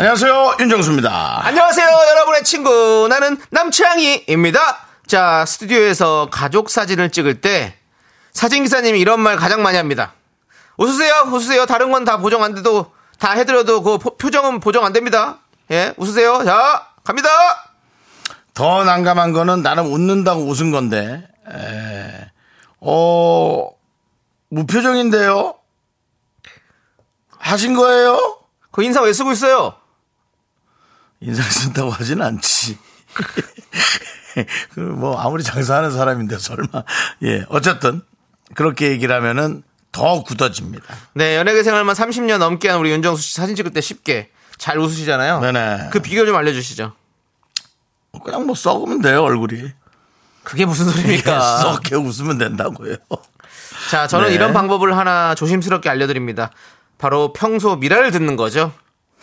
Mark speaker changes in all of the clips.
Speaker 1: 안녕하세요 윤정수입니다.
Speaker 2: 안녕하세요, 여러분의 친구. 나는 남창희입니다. 자, 스튜디오에서 가족 사진을 찍을 때 사진기사님이 이런 말 가장 많이 합니다. 웃으세요, 웃으세요. 다른 건 다 보정 안 돼도, 다 해드려도 그 포- 표정은 보정 안 됩니다. 예, 웃으세요. 자, 갑니다!
Speaker 1: 더 난감한 거는 나는 웃는다고 웃은 건데 에, 어 무표정인데요 하신 거예요?
Speaker 2: 그 인상 왜 쓰고 있어요?
Speaker 1: 인상 쓴다고 하진 않지. 그 뭐 아무리 장사하는 사람인데 설마 예 어쨌든 그렇게 얘기를 하면은 더 굳어집니다.
Speaker 2: 네, 연예계 생활만 30년 넘게 한 우리 윤정수 씨 사진 찍을 때 쉽게 잘 웃으시잖아요.
Speaker 1: 네네.
Speaker 2: 그 비결 좀 알려주시죠.
Speaker 1: 그냥 뭐 썩으면 돼요 얼굴이.
Speaker 2: 그게 무슨 소리입니까?
Speaker 1: 썩게 웃으면 된다고요.
Speaker 2: 자, 저는
Speaker 1: 네.
Speaker 2: 이런 방법을 하나 조심스럽게 알려드립니다. 바로 평소 미라를 듣는 거죠.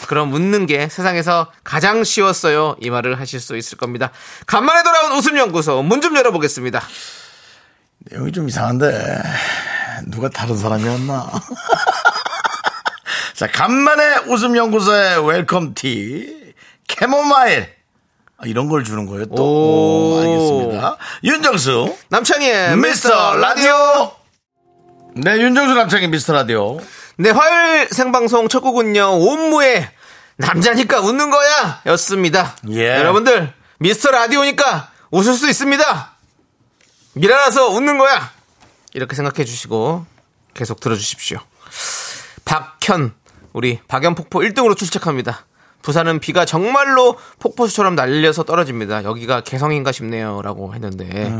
Speaker 2: 그럼 웃는 게 세상에서 가장 쉬웠어요. 이 말을 하실 수 있을 겁니다. 간만에 돌아온 웃음연구소 문 좀 열어보겠습니다.
Speaker 1: 내용이 좀 이상한데 누가 다른 사람이었나? 자 간만에 웃음 연구소의 웰컴 티 캐모마일 아, 이런 걸 주는 거예요 또
Speaker 2: 오.
Speaker 1: 오, 알겠습니다. 윤정수
Speaker 2: 남창희의
Speaker 1: 미스터 라디오. 네, 윤정수 남창의 미스터 라디오.
Speaker 2: 네, 화요일 생방송 첫 곡은요. 온무의 남자니까 웃는 거야 였습니다.
Speaker 1: 예.
Speaker 2: 여러분들 미스터 라디오니까 웃을 수 있습니다. 미라라서 웃는 거야. 이렇게 생각해 주시고 계속 들어주십시오. 박현 우리 박연폭포 1등으로 출첵합니다. 부산은 비가 정말로 폭포수처럼 날려서 떨어집니다. 여기가 개성인가 싶네요라고 했는데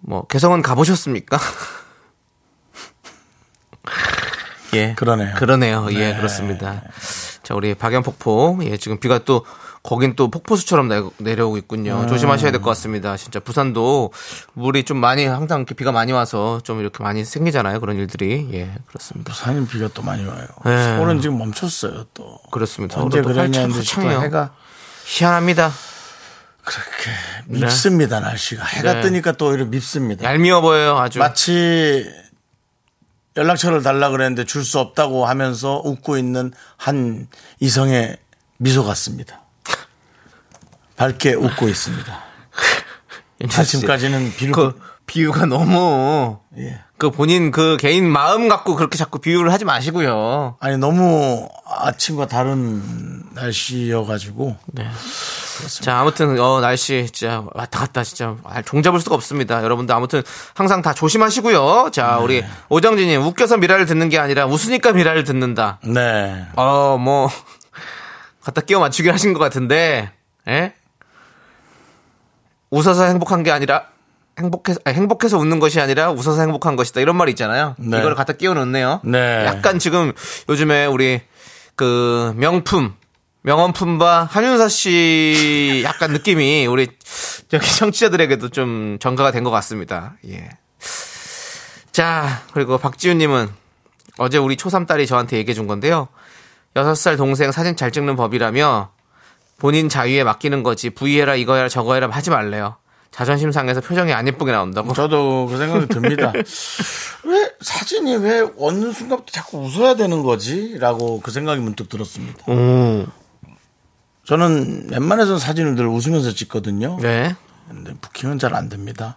Speaker 2: 뭐 개성은 가보셨습니까? 예,
Speaker 1: 그러네요.
Speaker 2: 그러네요. 예, 그렇습니다. 자, 우리 박연폭포. 예, 지금 비가 또 거긴 또 폭포수처럼 내, 내려오고 있군요.
Speaker 1: 음.
Speaker 2: 조심하셔야 될 것 같습니다. 진짜 부산도 물이 좀 많이 항상 이렇게 비가 많이 와서 좀 이렇게 많이 생기잖아요. 그런 일들이. 예, 그렇습니다.
Speaker 1: 부산인 비가 또 많이 와요.
Speaker 2: 네.
Speaker 1: 서울은 지금 멈췄어요, 또.
Speaker 2: 그렇습니다.
Speaker 1: 언제
Speaker 2: 오늘도
Speaker 1: 그랬냐는
Speaker 2: 활짝
Speaker 1: 듯이 또
Speaker 2: 활창해요.
Speaker 1: 해가
Speaker 2: 희한합니다.
Speaker 1: 그렇게 밉습니다, 날씨가. 해가
Speaker 2: 네.
Speaker 1: 뜨니까 또 오히려 밉습니다.
Speaker 2: 얄미워 보여요, 아주.
Speaker 1: 마치 연락처를 달라 그랬는데 줄 수 없다고 하면서 웃고 있는 한 이성의 미소 같습니다. 밝게 웃고 있습니다. 아침까지는 비를
Speaker 2: 그 비유가 너무
Speaker 1: 예.
Speaker 2: 그 본인 그 개인 마음 갖고 그렇게 자꾸 비유를 하지 마시고요.
Speaker 1: 아니 너무 아침과 다른 날씨여가지고
Speaker 2: 자, 아무튼 어 날씨 진짜 왔다 갔다 진짜 아, 종잡을 수가 없습니다. 여러분들 아무튼 항상 다 조심하시고요. 자, 우리 오정진 님 웃겨서 미라를 듣는 게 아니라 웃으니까 미라를 듣는다.
Speaker 1: 네
Speaker 2: 어, 뭐 갖다 끼워 맞추기 하신 것 같은데. 예? 웃어서 행복한 게 아니라 행복해서 아니, 행복해서 웃는 것이 아니라 웃어서 행복한 것이다. 이런 말이 있잖아요.
Speaker 1: 네.
Speaker 2: 이걸 갖다 끼워 넣네요.
Speaker 1: 네.
Speaker 2: 약간 지금 요즘에 우리 그 명품 명언품바 한윤사 씨 약간 느낌이 우리 저기 청취자들에게도 좀 전가가 된 것 같습니다. 예. 자, 그리고 박지훈님은 어제 우리 초삼 딸이 저한테 얘기해 준 건데요. 여섯 살 동생 사진 잘 찍는 법이라며 본인 자유에 맡기는 거지 부위해라 이거 해라 저거 해라 하지 말래요. 자존심 상해서 표정이 안 예쁘게 나온다고.
Speaker 1: 저도 그 생각이 듭니다 왜 사진이 왜 어느 순간부터 자꾸 웃어야 되는 거지 라고 그 생각이 문득 들었습니다
Speaker 2: 음. 오.
Speaker 1: 저는 웬만해선 사진을 늘 웃으면서 찍거든요
Speaker 2: 네.
Speaker 1: 근데 부킹은 잘 안 됩니다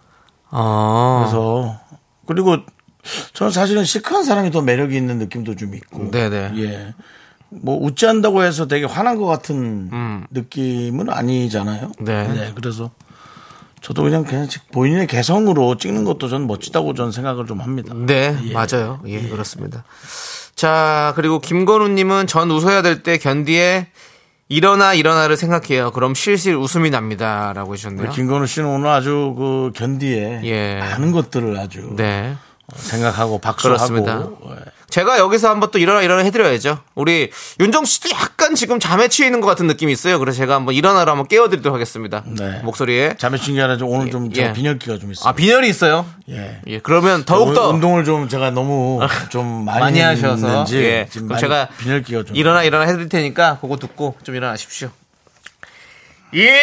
Speaker 2: 어.
Speaker 1: 그래서 그리고 저는 사실은 시크한 사람이 더 매력이 있는 느낌도 좀 있고
Speaker 2: 네네.
Speaker 1: 예. 뭐 웃지 않다고 해서 되게 화난 것 같은 느낌은 아니잖아요.
Speaker 2: 음. 네.
Speaker 1: 그래서 저도 그냥 그냥 지- 본인의 개성으로 찍는 것도 전 멋지다고 저는 생각을 좀 합니다.
Speaker 2: 네, 맞아요. 예, 그렇습니다. 자, 그리고 김건우님은 전 웃어야 될 때 견디에 일어나 일어나를 생각해요. 그럼 실실 웃음이 납니다. 라고
Speaker 1: 우리
Speaker 2: 해주셨네요.
Speaker 1: 김건우 씨는 오늘 아주 그 견디에
Speaker 2: 예.
Speaker 1: 많은 것들을 아주
Speaker 2: 네.
Speaker 1: 생각하고 박수하고
Speaker 2: 그렇습니다.
Speaker 1: 예.
Speaker 2: 제가 여기서 한번 또 일어나 일어나 해드려야죠. 우리 윤정 씨도 약간 지금 잠에 취해 있는 것 같은 느낌이 있어요. 그래서 제가 한번 일어나라 한번 깨워드리도록 하겠습니다.
Speaker 1: 네.
Speaker 2: 목소리에
Speaker 1: 잠에 쉰게 아니라 좀 오늘 좀 제가
Speaker 2: 예.
Speaker 1: 빈혈기가 좀 있어요.
Speaker 2: 아 빈혈이 있어요.
Speaker 1: 예.
Speaker 2: 예, 그러면 더욱 더 아,
Speaker 1: 오늘 운동을 좀 제가 너무 좀 많이,
Speaker 2: 많이 하셔서
Speaker 1: 했는지
Speaker 2: 예.
Speaker 1: 지금
Speaker 2: 그럼
Speaker 1: 많이
Speaker 2: 제가
Speaker 1: 빈혈기가 좀
Speaker 2: 일어나 일어나 해드릴 테니까 그거 듣고 좀 일어나십시오. 일어나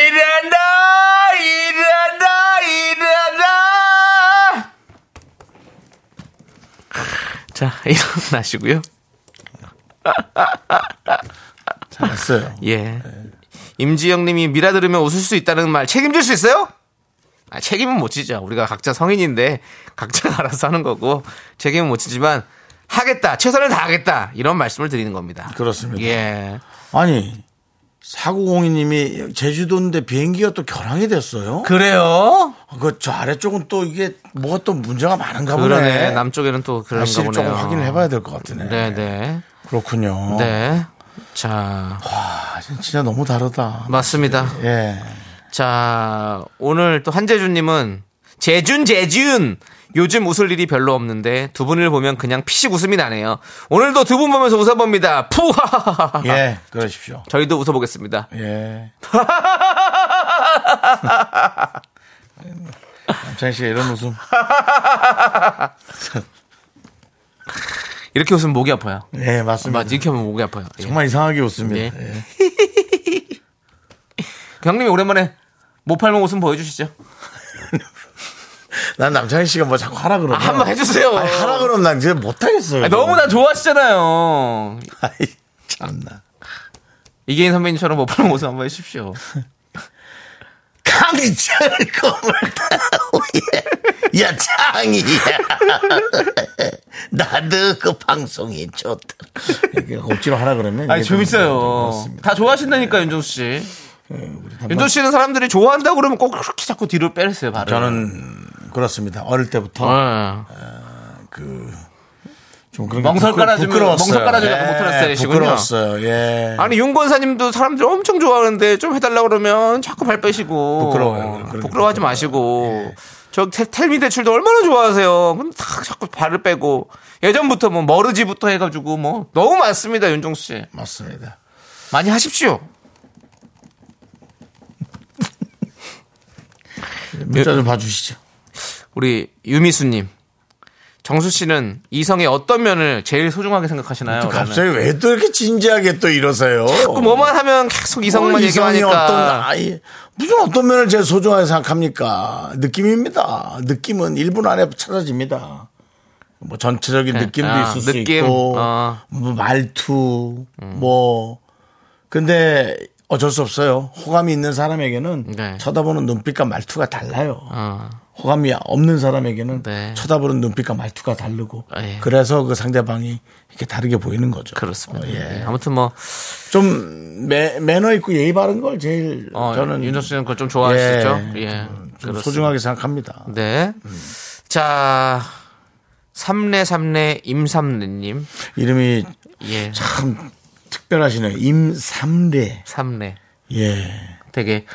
Speaker 2: 일어나 일어나. 자 일어나시고요.
Speaker 1: 잘했어요.
Speaker 2: 예. 임지영님이 미라 들으면 웃을 수 있다는 말 책임질 수 있어요? 아, 책임은 못 지죠. 우리가 각자 성인인데 각자가 알아서 하는 거고 책임은 못 지지만 하겠다 최선을 다하겠다 이런 말씀을 드리는 겁니다.
Speaker 1: 그렇습니다.
Speaker 2: 예.
Speaker 1: 아니 4902님이 제주도인데 비행기가 또 결항이 됐어요.
Speaker 2: 그래요?
Speaker 1: 그 저 아래쪽은 또 이게 뭐가 또 문제가 많은가 보네.
Speaker 2: 그러네. 남쪽에는 또 그런가
Speaker 1: 날씨를
Speaker 2: 보네요.
Speaker 1: 조금 확인을 해봐야 어. 될 것 같으네.
Speaker 2: 네, 네.
Speaker 1: 그렇군요.
Speaker 2: 네. 자,
Speaker 1: 아, 진짜 너무 다르다.
Speaker 2: 맞습니다.
Speaker 1: 예.
Speaker 2: 자, 오늘 또 한재준님은 재준 재준 요즘 웃을 일이 별로 없는데 두 분을 보면 그냥 피식 웃음이 나네요. 오늘도 두 분 보면서 웃어봅니다. 푸하.
Speaker 1: 예. 그러십시오.
Speaker 2: 저희도 웃어보겠습니다.
Speaker 1: 예. 남창희 씨가 이런 웃음.
Speaker 2: 이렇게 웃으면 목이 아파요.
Speaker 1: 예, 맞습니다.
Speaker 2: 맞 이렇게 하면 목이 아파요. 예.
Speaker 1: 정말 이상하게 웃습니다.
Speaker 2: 예.
Speaker 1: 예.
Speaker 2: 형님이 오랜만에 못 팔면 웃음 보여주시죠.
Speaker 1: 난 남창희 씨가 뭐 자꾸 하라 그러면.
Speaker 2: 아, 한번 해주세요.
Speaker 1: 아니, 하라 그러면 난 이제 못하겠어요.
Speaker 2: 아, 너무나 좋아하시잖아요.
Speaker 1: 아이, 참나.
Speaker 2: 이계인 선배님처럼 못 팔면 웃음 한번 해주십시오.
Speaker 1: 강철 꿈을 타고 예. 야 창이야 나도 그 방송이 좋다 이게 억지로 하라 그러면
Speaker 2: 아니
Speaker 1: 이게 좀
Speaker 2: 재밌어요.
Speaker 1: 그렇습니다. 네,
Speaker 2: 다 좋아하신다니까 윤종수 씨. 윤종수 씨는 사람들이 좋아한다고 그러면 꼭 그렇게 자꾸 뒤로 빼렸어요 발을. 네.
Speaker 1: 저는 그렇습니다 어릴 때부터
Speaker 2: 어.
Speaker 1: 그좀
Speaker 2: 멍석 깔아주면- 멍석 깔아주려고 못하는 스타일이시군요.
Speaker 1: 예, 부끄러웠어요 예
Speaker 2: 아니 윤권사님도 사람들이 엄청 좋아하는데 좀 해달라고 그러면 자꾸 발 빼시고
Speaker 1: 부끄러워요. 예.
Speaker 2: 어,
Speaker 1: 그러니까
Speaker 2: 부끄러워하지 마시고 저 텔- 텔미 대출도 얼마나 좋아하세요. 근데 다 자꾸 발을 빼고 예전부터 뭐 머르지부터 해가지고 뭐 너무 많습니다 윤종수 씨.
Speaker 1: 맞습니다
Speaker 2: 많이 하십시오.
Speaker 1: 문자 좀 봐주시죠
Speaker 2: 우리 유미수님. 정수 씨는 이성의 어떤 면을 제일 소중하게 생각하시나요?
Speaker 1: 또
Speaker 2: 라는.
Speaker 1: 갑자기 왜 또 이렇게 진지하게 또 이러세요
Speaker 2: 자꾸 그 뭐만 하면 계속 이성만
Speaker 1: 어. 이
Speaker 2: 얘기하니까.
Speaker 1: 어떤 아이 무슨 어떤 면을 제일 소중하게 생각합니까? 느낌입니다. 느낌은 1분 안에 찾아집니다. 뭐 전체적인 느낌도
Speaker 2: 아,
Speaker 1: 있을 수
Speaker 2: 느낌.
Speaker 1: 있고
Speaker 2: 어. 음.
Speaker 1: 뭐 말투 뭐 근데 어쩔 수 없어요. 호감이 있는 사람에게는
Speaker 2: 네.
Speaker 1: 쳐다보는 눈빛과 말투가 달라요.
Speaker 2: 어,
Speaker 1: 호감이 없는 사람에게는
Speaker 2: 네.
Speaker 1: 쳐다보는 눈빛과 말투가 다르고
Speaker 2: 아, 예.
Speaker 1: 그래서 그 상대방이 이렇게 다르게 보이는 거죠.
Speaker 2: 그렇습니다.
Speaker 1: 어,
Speaker 2: 예.
Speaker 1: 예.
Speaker 2: 아무튼 뭐,
Speaker 1: 좀 매, 매너 있고 예의 바른 걸 제일
Speaker 2: 어,
Speaker 1: 저는
Speaker 2: 윤정 씨는 그걸 좀 좋아하시죠? 예.
Speaker 1: 좀 음.
Speaker 2: 그렇습니다.
Speaker 1: 소중하게 생각합니다.
Speaker 2: 네. 자, 삼례 삼례 임삼례님.
Speaker 1: 이름이
Speaker 2: 예.
Speaker 1: 참 특별하시네요. 임삼례.
Speaker 2: 삼례.
Speaker 1: 예.
Speaker 2: 되게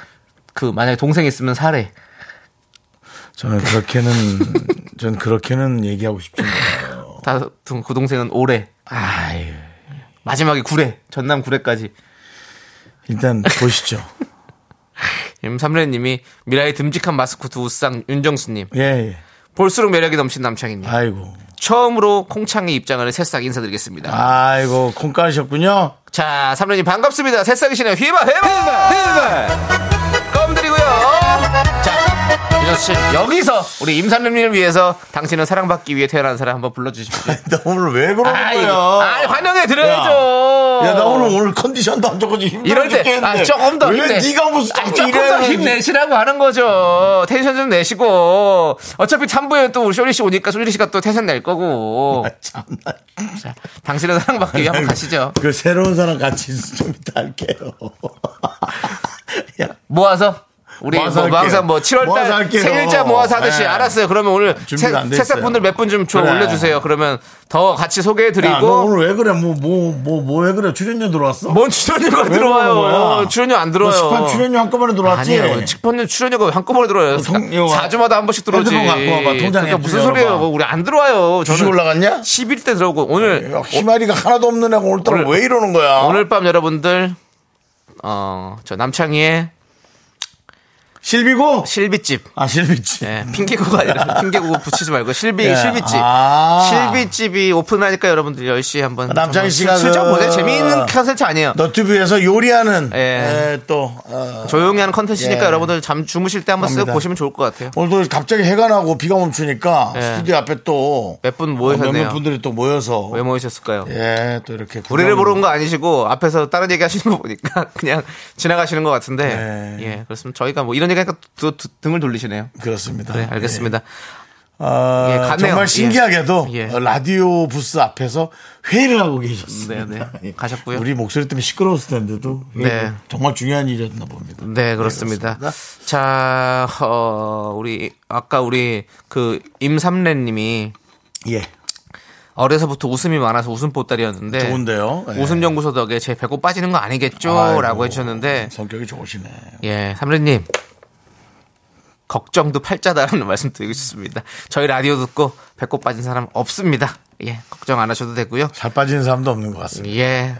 Speaker 2: 그 만약에 동생 있으면 사례.
Speaker 1: 저는 그렇게는 전 그렇게는 얘기하고 싶지 않아요.
Speaker 2: 다, 그 동생은 오래.
Speaker 1: 아유.
Speaker 2: 마지막에 구례. 전남 구례까지.
Speaker 1: 일단 보시죠.
Speaker 2: 임삼례님이 미라의 듬직한 마스코트 우상 윤정수님.
Speaker 1: 예, 예.
Speaker 2: 볼수록 매력이 넘친 남창희님.
Speaker 1: 아이고.
Speaker 2: 처음으로 콩창의 입장을 새싹 인사드리겠습니다.
Speaker 1: 아이고 콩 까셨군요.
Speaker 2: 자, 삼촌님 반갑습니다. 새싹이시네요. 휘바, 휘바, 휘바. 껌 드리고요. 자, 이정수 씨, 여기서 우리 임삼촌님을 위해서 당신은 사랑받기 위해 태어난 사람 한번 불러주십시오.
Speaker 1: 나 오늘 왜 그러는
Speaker 2: 아,
Speaker 1: 거야?
Speaker 2: 아, 환영해 드려야죠.
Speaker 1: 야, 나 오늘 오늘 컨디션도 안 좋고 힘들어
Speaker 2: 어. 이럴 때, 아,
Speaker 1: 죽겠는데.
Speaker 2: 조금 더
Speaker 1: 왜
Speaker 2: 힘내.
Speaker 1: 네가 무슨
Speaker 2: 아,
Speaker 1: 자꾸
Speaker 2: 조금 더
Speaker 1: 이래야지.
Speaker 2: 힘내시라고 하는 거죠. 텐션 좀 내시고. 어차피 3부에 또 우리 쇼리 씨 오니까 쇼리 씨가 또 텐션 낼 거고.
Speaker 1: 아, 참나.
Speaker 2: 자, 당신은 사랑받기 위해 한번 가시죠.
Speaker 1: 그 새로운 사람 같이 좀 이따 할게요. 야,
Speaker 2: 모아서 우리
Speaker 1: 모아서
Speaker 2: 뭐
Speaker 1: 할게요.
Speaker 2: 항상 뭐 7월
Speaker 1: 모아서
Speaker 2: 달
Speaker 1: 할게요.
Speaker 2: 생일자 모아서 하듯이
Speaker 1: 네.
Speaker 2: 알았어요. 그러면 오늘
Speaker 1: 준비가 안돼 있어요.
Speaker 2: 새싹분들 몇 분 좀 줘
Speaker 1: 그래.
Speaker 2: 올려주세요. 그러면 더 같이
Speaker 1: 야, 너
Speaker 2: 소개해드리고 뭐
Speaker 1: 오늘 왜 그래? 뭐, 뭐, 뭐, 뭐 왜 그래? 출연료 들어왔어?
Speaker 2: 뭔 출연료가
Speaker 1: 왜 그러는
Speaker 2: 들어와요?
Speaker 1: 거야?
Speaker 2: 출연료 안 들어요.
Speaker 1: 너 식판 출연료 한꺼번에 들어왔지?
Speaker 2: 아니에요. 식판료 출연료가 한꺼번에 들어요.
Speaker 1: 통- 이거
Speaker 2: 4주마다 한 번씩 들어오지.
Speaker 1: 핸드폰 갖고 와봐. 통장에
Speaker 2: 그러니까 무슨
Speaker 1: 열어봐.
Speaker 2: 소리예요? 우리 안 들어와요.
Speaker 1: 주식
Speaker 2: 저는
Speaker 1: 올라갔냐?
Speaker 2: 10일 때 들어오고 오늘
Speaker 1: 야, 희마리가 하나도 없는 애가 오늘따라
Speaker 2: 오늘-
Speaker 1: 왜 이러는 거야?
Speaker 2: 오늘 밤 여러분들 어저 남창희의
Speaker 1: 실비고?
Speaker 2: 실비집
Speaker 1: 아, 실비지.
Speaker 2: 예, 핑계고가 아니라 핑계고 붙이지 말고 실비
Speaker 1: 예.
Speaker 2: 실비집
Speaker 1: 아.
Speaker 2: 실비집이 오픈하니까 여러분들 10시에 한번
Speaker 1: 남창희
Speaker 2: 한번
Speaker 1: 씨가
Speaker 2: 슬쩍
Speaker 1: 그-
Speaker 2: 보세요 재미있는 컨텐츠 아니에요
Speaker 1: 너튜브에서 요리하는
Speaker 2: 예.
Speaker 1: 예, 또 어,
Speaker 2: 조용히 하는 컨텐츠니까
Speaker 1: 예.
Speaker 2: 여러분들 잠 주무실 때 한번 쓱
Speaker 1: 갑니다.
Speaker 2: 보시면 좋을 것 같아요
Speaker 1: 오늘도 갑자기 해가 나고 비가 멈추니까
Speaker 2: 예.
Speaker 1: 스튜디오 앞에 또
Speaker 2: 몇 분
Speaker 1: 어, 몇몇
Speaker 2: 모이셨네요
Speaker 1: 분들이 또 모여서
Speaker 2: 왜 모이셨을까요
Speaker 1: 예, 또 이렇게
Speaker 2: 우리를
Speaker 1: 구경-
Speaker 2: 보러 온 거 아니시고 앞에서 다른 얘기 하시는 거 보니까 그냥 지나가시는 것 같은데
Speaker 1: 예.
Speaker 2: 예 그렇습니다 저희가 뭐 이런 얘기하니까 또 두- 등을 돌리시네요
Speaker 1: 그렇습니다.
Speaker 2: 네 알겠습니다
Speaker 1: 예. 아,
Speaker 2: 예, 갔네요.
Speaker 1: 정말 신기하게도
Speaker 2: 예.
Speaker 1: 어, 라디오 부스 앞에서 회의를 하고 계셨습니다. 예.
Speaker 2: 네, 네. 가셨고요.
Speaker 1: 우리 목소리 때문에 시끄러웠을 텐데도
Speaker 2: 네.
Speaker 1: 정말 중요한 일이었나 봅니다. 예,
Speaker 2: 네, 그렇습니다. 자, 어, 우리, 아까 우리 그 임삼래 님이
Speaker 1: 예,
Speaker 2: 어려서부터 웃음이 많아서 웃음 보따리였는데.
Speaker 1: 좋은데요. 예.
Speaker 2: 웃음 연구소 덕에 제 배꼽 빠지는 거 아니겠죠?
Speaker 1: 아이고,
Speaker 2: 라고 해주셨는데.
Speaker 1: 성격이 좋으시네.
Speaker 2: 예, 삼래님. 걱정도 팔자다라는 말씀 드리고 싶습니다. 저희 라디오 듣고 배꼽 빠진 사람 없습니다. 예, 걱정 안 하셔도 되고요.
Speaker 1: 살 빠지는 사람도 없는 것 같습니다.
Speaker 2: 예.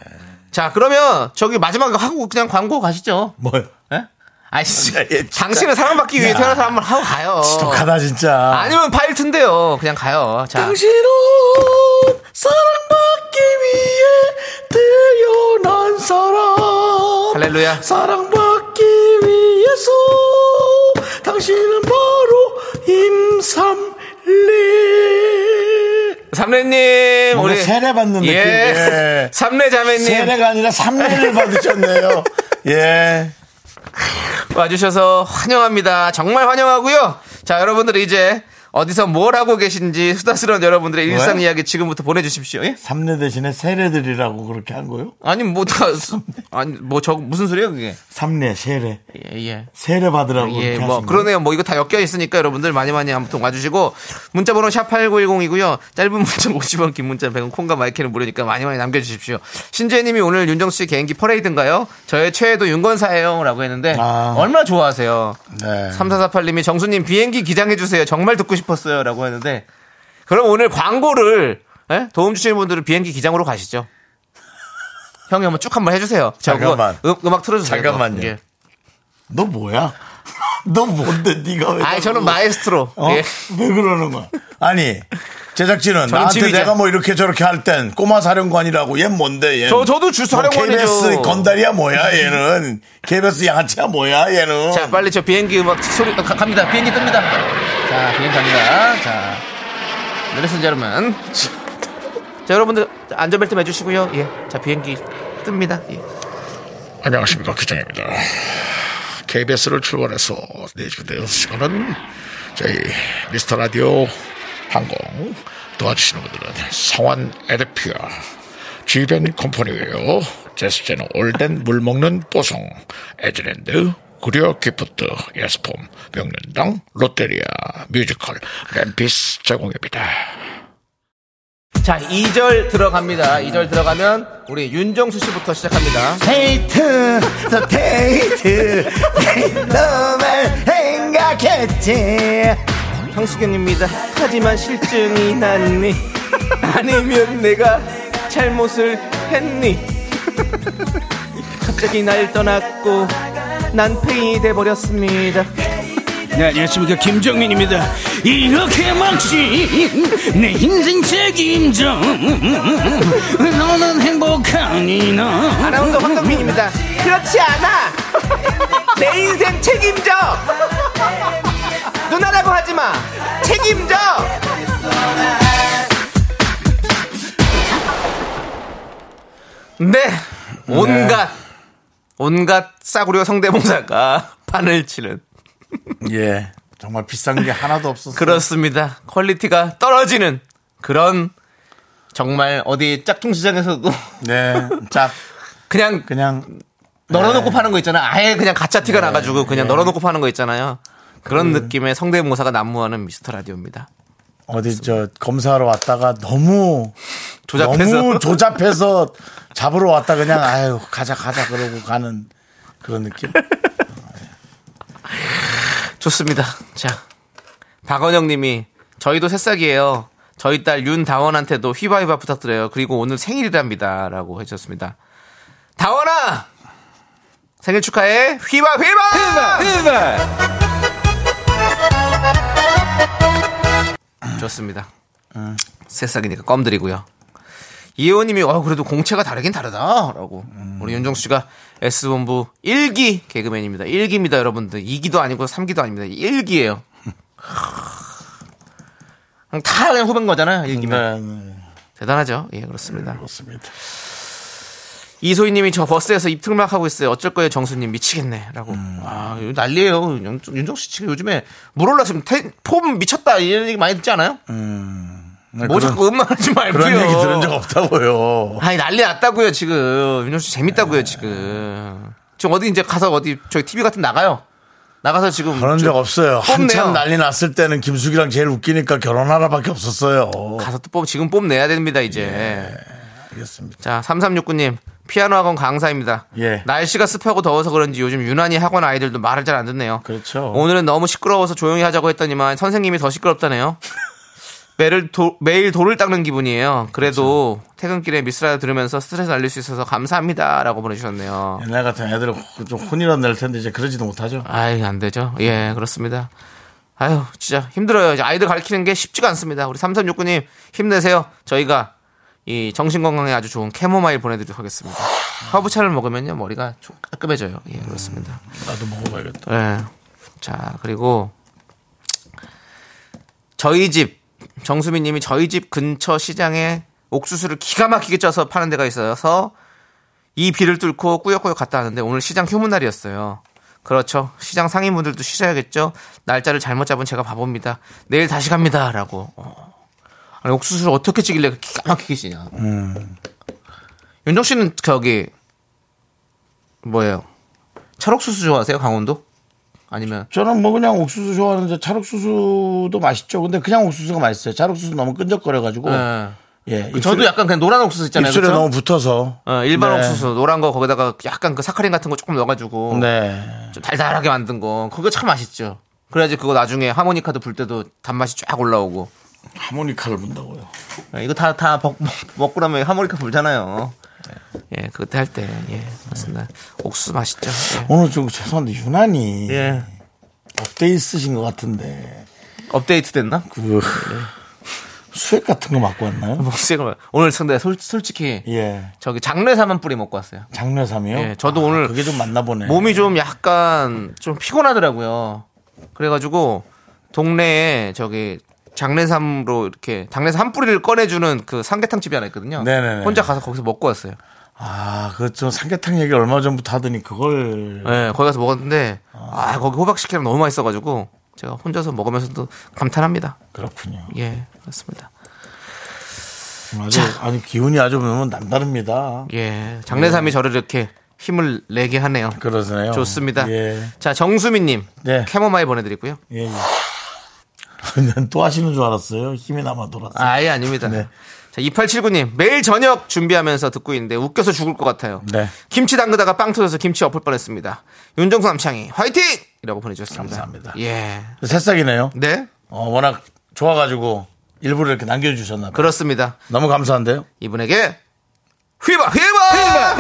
Speaker 2: 자, 그러면 저기 마지막에 하고 그냥 광고 가시죠.
Speaker 1: 뭐요? 예?
Speaker 2: 어. 아이, 씨.
Speaker 1: 야, 얘 예, 진짜.
Speaker 2: 당신은 사랑받기 위해 태어나서 한번 하고 가요.
Speaker 1: 독하다 진짜.
Speaker 2: 아니면 파일 튼데요. 그냥 가요. 자.
Speaker 1: 당신은 사랑받기 위해 태어난 사람
Speaker 2: 할렐루야.
Speaker 1: 사랑받기 위해서 당신은 바로 임삼례
Speaker 2: 삼례님,
Speaker 1: 뭔가
Speaker 2: 우리.
Speaker 1: 세례받는 느낌. 예.
Speaker 2: 삼례 자매님
Speaker 1: 세례가 아니라 삼례를 받으셨네요 예
Speaker 2: 와주셔서 환영합니다. 정말 환영하고요. 자, 여러분들 이제 어디서 뭘 하고 계신지 수다스러운 여러분들의 일상 이야기 지금부터 보내주십시오. 예?
Speaker 1: 삼례 대신에 세례들이라고 그렇게 한 거요
Speaker 2: 아니, 뭐, 다, 아니, 뭐, 저, 무슨 소리예요, 그게?
Speaker 1: 삼례 세례
Speaker 2: 예, 예.
Speaker 1: 세례 받으라고
Speaker 2: 예,
Speaker 1: 그렇게
Speaker 2: 뭐
Speaker 1: 하신 거예요?
Speaker 2: 그러네요. 뭐 이거 다 엮여 있으니까 여러분들 많이 많이 아무튼 와주시고 문자번호 샵 #8910이고요. 짧은 문자 50원, 긴 문자 100원, 콩과 마이크는 무료니까 많이 많이 남겨주십시오. 신재님이 오늘 윤정수 씨 개인기 퍼레이드인가요? 저의 최애도 윤건사예요라고 했는데
Speaker 1: 아.
Speaker 2: 얼마나 좋아하세요?
Speaker 1: 네.
Speaker 2: 3448님이 정수님 비행기 기장해 주세요. 정말 듣고 싶었어요라고 했는데 그럼 오늘 광고를 예? 도움 주시는 분들은 비행기 기장으로 가시죠. 형이 한번 쭉 한번 해주세요. 저 그거
Speaker 1: 잠깐만.
Speaker 2: 음, 음악 틀어주세요.
Speaker 1: 잠깐만요.
Speaker 2: 예.
Speaker 1: 너 뭐야? 너 뭔데 네가 왜?
Speaker 2: 아,
Speaker 1: 자꾸-
Speaker 2: 저는 마에스트로.
Speaker 1: 어?
Speaker 2: 예.
Speaker 1: 왜 그러는 거야? 아니 제작진은 나한테
Speaker 2: 지휘자.
Speaker 1: 내가 뭐 이렇게 저렇게 할 땐 꼬마 사령관이라고 얘 뭔데 얘?
Speaker 2: 저- 저도 주 사령관이죠.
Speaker 1: KBS 건달이야 뭐야 얘는? KBS 양아치야 뭐야 얘는?
Speaker 2: 자, 빨리 저 비행기 음악 소리 어, 가- 갑니다. 비행기 뜹니다. 자, 비행기 갑니다. 자, 내리신 여러분. 자, 여러분들 안전벨트 매주시고요. 예, 자 비행기 뜹니다. 예.
Speaker 1: 안녕하십니까 기장입니다. KBS를 출발해서 네, 4시 6시간은 저희 미스터 라디오 항공 도와주시는 분들은 성환 에드피아 주변 컴퍼니웨어 제스제는 올덴 물먹는 뽀송 에즈랜드 구려 기프트 예스폼 명륜당 롯데리아 뮤지컬 램피스 제공입니다.
Speaker 2: 자, 2절 들어갑니다. 2절 들어가면 우리 윤정수 씨부터 시작합니다.
Speaker 1: 데이트 더 데이트 너만 생각했지
Speaker 2: 형수경입니다. 하지만 실증이 났니? 아니면 내가 잘못을 했니? 갑자기 날 떠났고 난 페이 돼 버렸습니다.
Speaker 3: 네, 안녕하십니까 김정민입니다. 이렇게 막지 내 인생 책임져 너는 행복하니 나
Speaker 2: 아나운서 황정민입니다. 그렇지 않아. 내 인생 책임져. 누나라고 하지 마. 책임져. 네. 온갖 온갖 싸구려 성대모사가 판을 치는
Speaker 1: 예 정말 비싼 게 하나도 없었어
Speaker 2: 그렇습니다. 퀄리티가 떨어지는 그런 정말 어디 짝퉁 시장에서도
Speaker 1: 네, 네자
Speaker 2: 그냥 네.
Speaker 1: 그냥
Speaker 2: 널어놓고 파는 거 있잖아요. 아예 그냥 가짜 티가 나가지고 그냥 널어놓고 파는 거 있잖아요. 네. 그런 느낌의 성대모사가 난무하는 미스터 라디오입니다.
Speaker 1: 어디 저 검사하러 왔다가 너무
Speaker 2: 조잡해서.
Speaker 1: 너무 조잡해서 잡으러 왔다 그냥 아유 가자 가자 그러고 가는 그런 느낌.
Speaker 2: 좋습니다. 자, 박원영님이 저희도 새싹이에요. 저희 딸 윤다원한테도 휘바휘바 부탁드려요. 그리고 오늘 생일이랍니다.라고 해주셨습니다. 다원아, 생일 축하해. 휘바휘바. 좋습니다. 새싹이니까 껌 드리고요. 이혜원님이 어 그래도 공채가 다르긴 다르다라고 우리 윤정수 씨가 S 본부 1기 개그맨입니다. 1기입니다, 여러분들. 2기도 아니고 3기도 아닙니다. 1기예요. 다 그냥 후배인 거잖아요. 1기면
Speaker 1: 네, 네,
Speaker 2: 대단하죠. 예 그렇습니다.
Speaker 1: 그렇습니다.
Speaker 2: 이소희님이 저 버스에서 입틀막 하고 있어요. 어쩔 거예요, 정수님 미치겠네라고.
Speaker 1: 음.
Speaker 2: 아 이거 난리예요. 윤- 윤정수 씨 지금 요즘에 물 올라 지금 텐- 폼 미쳤다 이런 얘기 많이 듣지 않아요?
Speaker 1: 네,
Speaker 2: 뭐
Speaker 1: 그런,
Speaker 2: 자꾸 음만하지 말고요.
Speaker 1: 그런 얘기 들은 적 없다고요.
Speaker 2: 아니 난리 났다고요 지금 윤정수 씨 재밌다고요 지금 지금 어디 이제 가서 어디 저기 TV 같은 데 나가요 나가서 지금
Speaker 1: 그런
Speaker 2: 좀
Speaker 1: 적 없어요.
Speaker 2: 뽑네요.
Speaker 1: 한참 난리 났을 때는 김숙이랑 제일 웃기니까 결혼하라밖에 없었어요.
Speaker 2: 가서 또 뽑, 지금 뽐내야 됩니다 이제
Speaker 1: 예,
Speaker 2: 예.
Speaker 1: 알겠습니다.
Speaker 2: 자 3369님 피아노 학원 강사입니다
Speaker 1: 예.
Speaker 2: 날씨가 습하고 더워서 그런지 요즘 유난히 학원 아이들도 말을 잘 안 듣네요
Speaker 1: 그렇죠.
Speaker 2: 오늘은 너무 시끄러워서 조용히 하자고 했더니만 선생님이 더 시끄럽다네요 매를 도- 매일 돌을 닦는 기분이에요 그래도
Speaker 1: 그렇죠.
Speaker 2: 퇴근길에 미스라디오 들으면서 스트레스 날릴 수 있어서 감사합니다 라고 보내주셨네요
Speaker 1: 옛날 같은 애들은 좀 혼이라도 낼 텐데 이제 그러지도 못하죠.
Speaker 2: 아유 안 되죠. 예 그렇습니다. 아유 진짜 힘들어요. 이제 아이들 가르치는 게 쉽지가 않습니다. 우리 3369님 힘내세요. 저희가 이 정신건강에 아주 좋은 캐모마일 보내드리도록 하겠습니다. 허브차를 먹으면요 머리가 좀 깔끔해져요. 예 그렇습니다.
Speaker 1: 나도 먹어봐야겠다.
Speaker 2: 예. 자 그리고 저희 집 정수민님이 저희 집 근처 시장에 옥수수를 기가 막히게 쪄서 파는 데가 있어서 이 비를 뚫고 꾸역꾸역 갔다 왔는데 오늘 시장 휴무 날이었어요. 그렇죠. 시장 상인분들도 쉬셔야겠죠. 날짜를 잘못 잡은 제가 바보입니다. 내일 다시 갑니다라고. 어. 아니 옥수수를 어떻게 찌길래 기가 막히게 찌냐.
Speaker 1: 음.
Speaker 2: 윤정 씨는 저기 뭐예요? 찰옥수수 좋아하세요? 강원도? 아니면
Speaker 1: 저는 뭐 그냥 옥수수 좋아하는데 찰옥수수도 맛있죠. 근데 그냥 옥수수가 맛있어요. 찰옥수수 너무 끈적거려가지고.
Speaker 2: 예.
Speaker 1: 예.
Speaker 2: 그 저도
Speaker 1: 입술에-
Speaker 2: 약간 그냥 노란 옥수수 있잖아요.
Speaker 1: 입술에
Speaker 2: 그쵸?
Speaker 1: 너무 붙어서.
Speaker 2: 어, 일반
Speaker 1: 네.
Speaker 2: 옥수수 노란 거 거기다가 약간 그 사카린 같은 거 조금 넣어가지고
Speaker 1: 네.
Speaker 2: 좀 달달하게 만든 거 그거 참 맛있죠. 그래야지 그거 나중에 하모니카도 불 때도 단맛이 쫙 올라오고
Speaker 1: 하모니카를 분다고요.
Speaker 2: 예, 이거 다 다 먹고 나면 하모니카 불잖아요. 예, 그때 할 때 예, 맞습니다. 옥수수 맛있죠. 예.
Speaker 1: 오늘 좀 죄송한데 유난히
Speaker 2: 예.
Speaker 1: 업데이트 쓰신 것 같은데
Speaker 2: 업데이트 됐나?
Speaker 1: 그 수액 같은 거 맞고 왔나요?
Speaker 2: 목색을 오늘 근데 솔, 솔직히
Speaker 1: 예.
Speaker 2: 저기 장례사만 뿌리 먹고 왔어요.
Speaker 1: 장례삼이요? 아,
Speaker 2: 예, 저도 오늘
Speaker 1: 그게 좀 맞나 보네.
Speaker 2: 몸이 좀 약간 좀 피곤하더라고요. 그래가지고 동네에 저기 장례삼으로 이렇게 장례삼 한 뿌리를 꺼내주는 그 삼계탕 집이 하나 있거든요.
Speaker 1: 네네네.
Speaker 2: 혼자 가서 거기서 먹고 왔어요.
Speaker 1: 아, 그저 삼계탕 얘기 얼마 전부터 하더니 그걸
Speaker 2: 예, 거기 가서 먹었는데 아 거기 호박식혜랑 너무 맛있어가지고 제가 혼자서 먹으면서도 감탄합니다.
Speaker 1: 그렇군요. 음,
Speaker 2: 예, 그렇습니다.
Speaker 1: 아주 아니 기운이 아주 너무 남다릅니다.
Speaker 2: 예, 장례삼이 저를 이렇게 힘을 내게 하네요.
Speaker 1: 그러네요.
Speaker 2: 좋습니다.
Speaker 1: 예.
Speaker 2: 자 정수민님
Speaker 1: 네.
Speaker 2: 캐모마일 보내드리고요.
Speaker 1: 예. 난또 하시는 줄 알았어요. 힘이 남아 돌았어요.
Speaker 2: 아, 아예 아닙니다.
Speaker 1: 네.
Speaker 2: 자, 2879님, 매일 저녁 준비하면서 듣고 있는데 웃겨서 죽을 것 같아요.
Speaker 1: 네.
Speaker 2: 김치 담그다가 빵 터져서 김치 엎을 뻔했습니다. 윤정수 남창이 화이팅! 이라고 보내주셨습니다.
Speaker 1: 감사합니다.
Speaker 2: 예.
Speaker 1: 새싹이네요.
Speaker 2: 네,
Speaker 1: 어, 워낙 좋아가지고 일부러 이렇게 남겨주셨나 봐요.
Speaker 2: 그렇습니다.
Speaker 1: 너무 감사한데요.
Speaker 2: 이분에게 휘바, 휘바!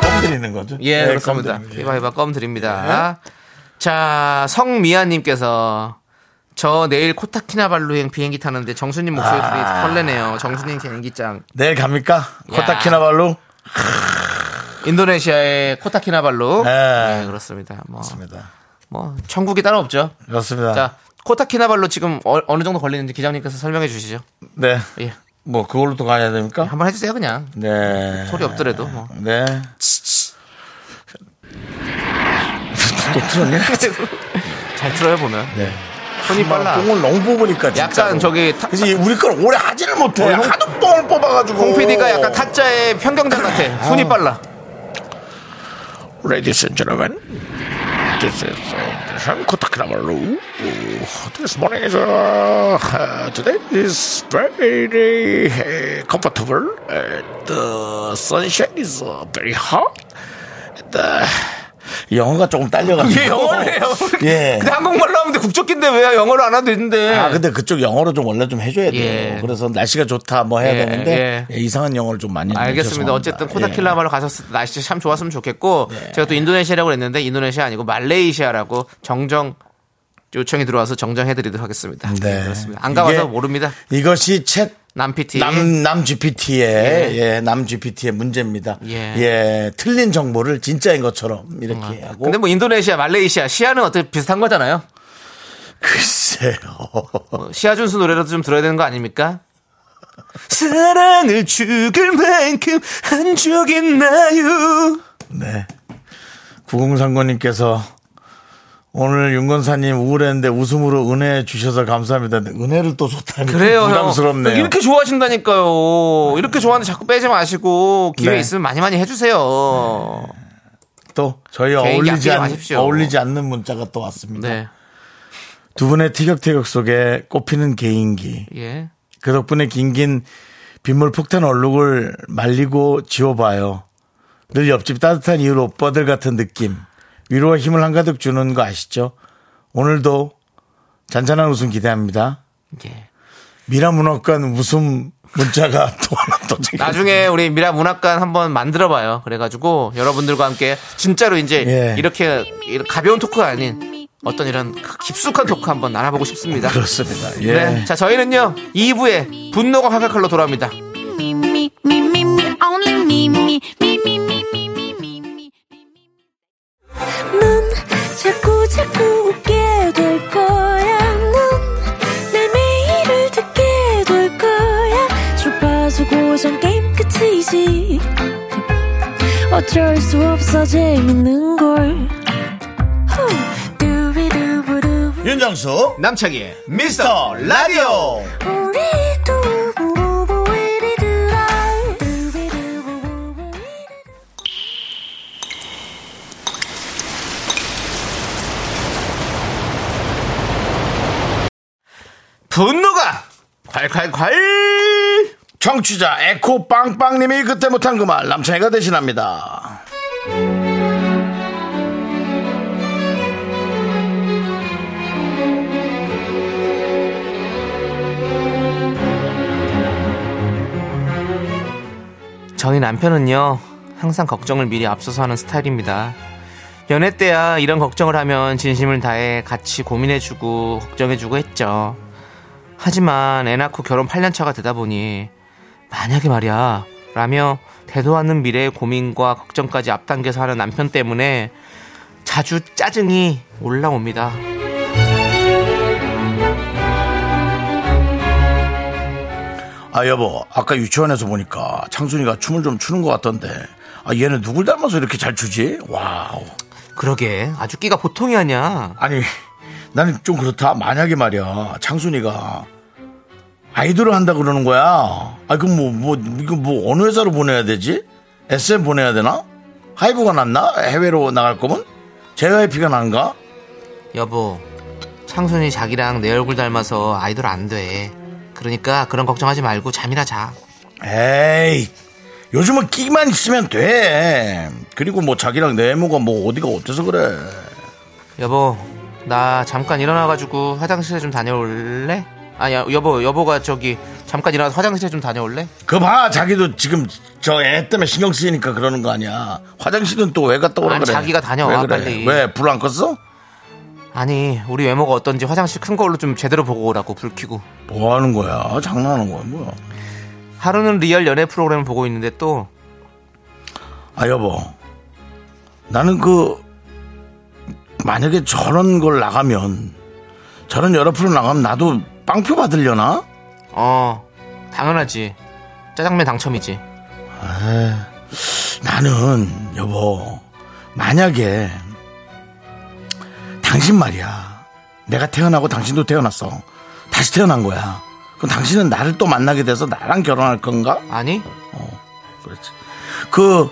Speaker 1: 껌 드리는 거죠?
Speaker 2: 예,
Speaker 1: 네,
Speaker 2: 그렇습니다.
Speaker 1: 껌 네. 드리는 거죠.
Speaker 2: 휘바, 휘바 껌 드립니다. 자, 성미아님께서 저 내일 코타키나발루행 비행기 타는데 정수님 목소리
Speaker 1: 아.
Speaker 2: 설레네요. 정수님 비행기짱.
Speaker 1: 내일 갑니까? 코타키나발루?
Speaker 2: 인도네시아의 코타키나발루.
Speaker 1: 네.
Speaker 2: 예, 그렇습니다. 뭐,
Speaker 1: 그렇습니다.
Speaker 2: 뭐 천국이 따로 없죠.
Speaker 1: 그렇습니다.
Speaker 2: 자, 코타키나발루 지금 어, 어느 정도 걸리는지 기장님께서 설명해 주시죠.
Speaker 1: 네.
Speaker 2: 예.
Speaker 1: 뭐 그걸로 또 가야 됩니까?
Speaker 2: 한번 해주세요, 그냥.
Speaker 1: 네.
Speaker 2: 소리 없더라도 뭐.
Speaker 1: 네. 또 틀었냐?
Speaker 2: 잘 들어요, 보면.
Speaker 1: 네.
Speaker 2: 손이 빨라.
Speaker 1: 똥을 너무 뽑으니까 진짜.
Speaker 2: 약간 저기 타-
Speaker 1: 그래서 우리 걸 오래 하지를 못해.
Speaker 2: 오늘 홍-
Speaker 1: 하도 똥을 뽑아가지고.
Speaker 2: 홍 PD가 약간 타짜의 평경장 같아. 손이 빨라.
Speaker 1: Ladies and gentlemen, this is Sean Kotaknamaru. This morning is uh, uh, today is very uh, comfortable. Uh, the sunshine is uh, very hot. And, uh, 영어가 조금 딸려가지고.
Speaker 2: 이게 영어래요.
Speaker 1: 예.
Speaker 2: 근데 한국말로 하면 돼. 국적인데 왜 영어로 안 해도 되는데.
Speaker 1: 아, 근데 그쪽 영어로 좀 원래 좀 해줘야 돼요.
Speaker 2: 예.
Speaker 1: 그래서 날씨가 좋다 뭐 해야
Speaker 2: 예,
Speaker 1: 되는데
Speaker 2: 예.
Speaker 1: 예, 이상한 영어를 좀 많이.
Speaker 2: 네, 알겠습니다.
Speaker 1: 해줘서
Speaker 2: 어쨌든
Speaker 1: 죄송합니다. 예.
Speaker 2: 코다킬라마로 가셨을 때 날씨 참 좋았으면 좋겠고 제가 또 인도네시아라고 했는데 인도네시아 아니고 말레이시아라고 정정 요청이 들어와서 정정해드리도록 하겠습니다.
Speaker 1: 예. 네.
Speaker 2: 그렇습니다. 안 가봐서
Speaker 1: 이게-
Speaker 2: 모릅니다.
Speaker 1: 예. 이것이 챗
Speaker 2: 남 PT
Speaker 1: 남, 남 GPT의, 예. 남 GPT의 문제입니다.
Speaker 2: 예.
Speaker 1: 예. 틀린 정보를 진짜인 것처럼 이렇게 하고.
Speaker 2: 근데 뭐 인도네시아, 말레이시아, 시아는 어떻게 비슷한 거잖아요.
Speaker 1: 글쎄요.
Speaker 2: 어, 시아준수 노래라도 좀 들어야 되는 거 아닙니까? 사랑을 죽을 만큼 한 적 있나요?
Speaker 1: 네. 9039님께서 오늘 윤건사님 우울했는데 웃음으로 은혜 주셔서 감사합니다. 은혜를 또 쏟다니
Speaker 2: 그래요,
Speaker 1: 부담스럽네요.
Speaker 2: 형. 이렇게 좋아하신다니까요. 이렇게 좋아하는데 자꾸 빼지 마시고 기회
Speaker 1: 네.
Speaker 2: 있으면 많이 많이 해주세요.
Speaker 1: 또 저희
Speaker 2: 개인기
Speaker 1: 어울리지,
Speaker 2: 아끼지
Speaker 1: 않,
Speaker 2: 마십시오.
Speaker 1: 어울리지 않는 문자가 또 왔습니다.
Speaker 2: 네,
Speaker 1: 두 분의 티격태격 속에 꼽히는 개인기.
Speaker 2: 예.
Speaker 1: 그 덕분에 긴긴 빗물 폭탄 얼룩을 말리고 지워봐요. 늘 옆집 따뜻한 이웃 오빠들 같은 느낌. 위로와 힘을 한가득 주는 거 아시죠? 오늘도 잔잔한 웃음 기대합니다.
Speaker 2: 예.
Speaker 1: 미라문학관 웃음 문자가 또 하나 도착했습니다.
Speaker 2: 나중에 우리 미라 문학관 한번 만들어봐요. 그래가지고 여러분들과 함께 진짜로 이제
Speaker 1: 예.
Speaker 2: 이렇게 이런 가벼운 토크가 아닌 어떤 이런 깊숙한 토크 한번 나눠보고 싶습니다.
Speaker 1: 그렇습니다. 예.
Speaker 2: 네. 자, 저희는요 2부에 분노가 화백칼로 돌아옵니다.
Speaker 4: me, me, me, me, me, only me, me, me, me, me, me, me, me, me.
Speaker 5: 넌 자꾸 자꾸 웃게 될 거야. 넌내 매일을 듣게 될 거야. 주파수 고정 게임 끝이지. 어쩔 수 없어 재밌는 걸. 후. 두비두부두.
Speaker 1: 윤정수
Speaker 2: 남창희의
Speaker 1: 미스터 라디오
Speaker 5: 우리 두부부부 우리 두라. 두비두부부부 우리 두라.
Speaker 2: 분노가 콸콸콸
Speaker 1: 청취자 에코 빵빵님이 그때 못한 그 말 남창희가 대신합니다.
Speaker 2: 저희 남편은요 항상 걱정을 미리 앞서서 하는 스타일입니다 연애 때야 이런 걱정을 하면 진심을 다해 같이 고민해주고 걱정해주고 했죠 하지만 애 낳고 결혼 8년차가 되다 보니 만약에 말이야 라며 대도 않는 미래의 고민과 걱정까지 앞당겨서 하는 남편 때문에 자주 짜증이 올라옵니다
Speaker 1: 아 여보 아까 유치원에서 보니까 창순이가 춤을 좀 추는 것 같던데 아 얘는 누굴 닮아서 이렇게 잘 추지? 와우
Speaker 2: 그러게 아주 끼가 보통이 아니야
Speaker 1: 아니 나는 좀 그렇다 만약에 말이야 창순이가 아이돌을 한다 그러는 거야 아 그럼 뭐, 뭐 이거 뭐 어느 회사로 보내야 되지? SM 보내야 되나? 하이브가 낫나? 해외로 나갈 거면? JYP가 난가?
Speaker 2: 여보, 창순이 자기랑 내 얼굴 닮아서 아이돌 안 돼. 그러니까 그런 걱정하지 말고 잠이나 자.
Speaker 1: 에이 요즘은 끼만 있으면 돼 그리고 뭐 자기랑 내모가 뭐 어디가 어때서 그래
Speaker 2: 여보, 나 잠깐 일어나가지고 화장실에 좀 다녀올래? 아니야, 여보, 여보가 저기 잠깐 일어나서 화장실에 좀 다녀올래?
Speaker 1: 그 봐 자기도 지금 저 애 때문에 신경 쓰이니까 그러는 거 아니야 화장실은 또 왜 갔다 오라
Speaker 2: 아니,
Speaker 1: 그래
Speaker 2: 자기가 다녀와,
Speaker 1: 왜 그래?
Speaker 2: 빨리.
Speaker 1: 왜불 안 껐어?
Speaker 2: 아니, 우리 외모가 어떤지 화장실 큰 걸로 좀 제대로 보고 오라고 불 켜고.
Speaker 1: 뭐 하는 거야? 장난하는 거야, 뭐야?
Speaker 2: 하루는 리얼 연애 프로그램을 보고 있는데 또
Speaker 1: 아, 여보. 나는 그, 만약에 저런 걸 나가면, 저런 여러 프로 나가면 나도 빵표 받으려나?
Speaker 2: 어, 당연하지. 짜장면 당첨이지.
Speaker 1: 나는, 여보, 만약에, 당신 말이야. 내가 태어나고 당신도 태어났어. 다시 태어난 거야. 그럼 당신은 나를 또 만나게 돼서 나랑 결혼할 건가?
Speaker 2: 아니?
Speaker 1: 그렇지. 그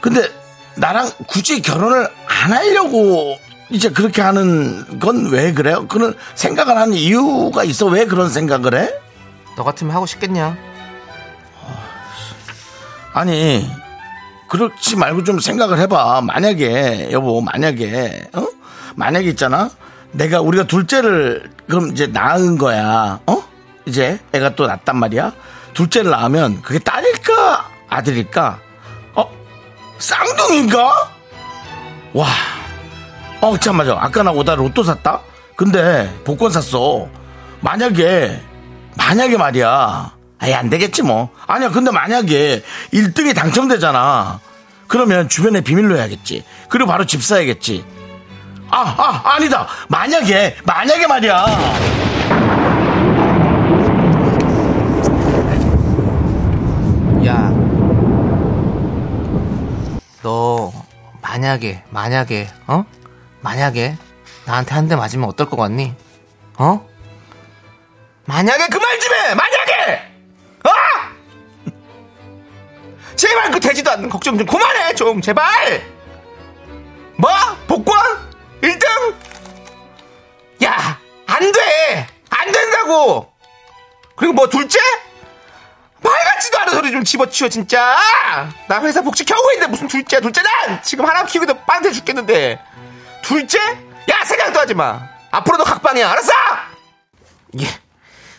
Speaker 1: 근데 나랑 굳이 결혼을 안 하려고 이제 그렇게 하는 건 왜 그래요? 그는 생각을 하는 이유가 있어 왜 그런 생각을 해?
Speaker 2: 너 같으면 하고 싶겠냐?
Speaker 1: 아니 그렇지 말고 좀 생각을 해봐 만약에 여보 만약에 어 만약에 있잖아 내가 우리가 둘째를 그럼 이제 낳은 거야 어 이제 애가 또 낳았단 말이야 둘째를 낳으면 그게 딸일까 아들일까 어 쌍둥이인가 와 어, 참, 맞아. 아까 나 오다 로또 샀다? 근데 복권 샀어. 만약에, 만약에 말이야. 아예 안 되겠지 뭐. 아니야, 근데 만약에 1등이 당첨되잖아. 그러면 주변에 비밀로 해야겠지. 그리고 바로 집 사야겠지. 아, 아, 아니다. 만약에, 만약에 말이야.
Speaker 2: 야. 너, 만약에, 만약에, 어? 만약에, 나한테 한 대 맞으면 어떨 것 같니? 어? 만약에 그 말 좀 해! 만약에! 어? 제발 그 되지도 않는 걱정 좀 그만해! 좀, 제발! 뭐? 복권? 1등? 야! 안 돼! 안 된다고! 그리고 뭐, 둘째? 말 같지도 않은 소리 좀 집어치워 진짜 나 회사 복지 겨우 했는데 무슨 둘째야 둘째 난 지금 하나 키우기도 빵태 죽겠는데 둘째? 야 생각도 하지마 앞으로도 각방이야 알았어 예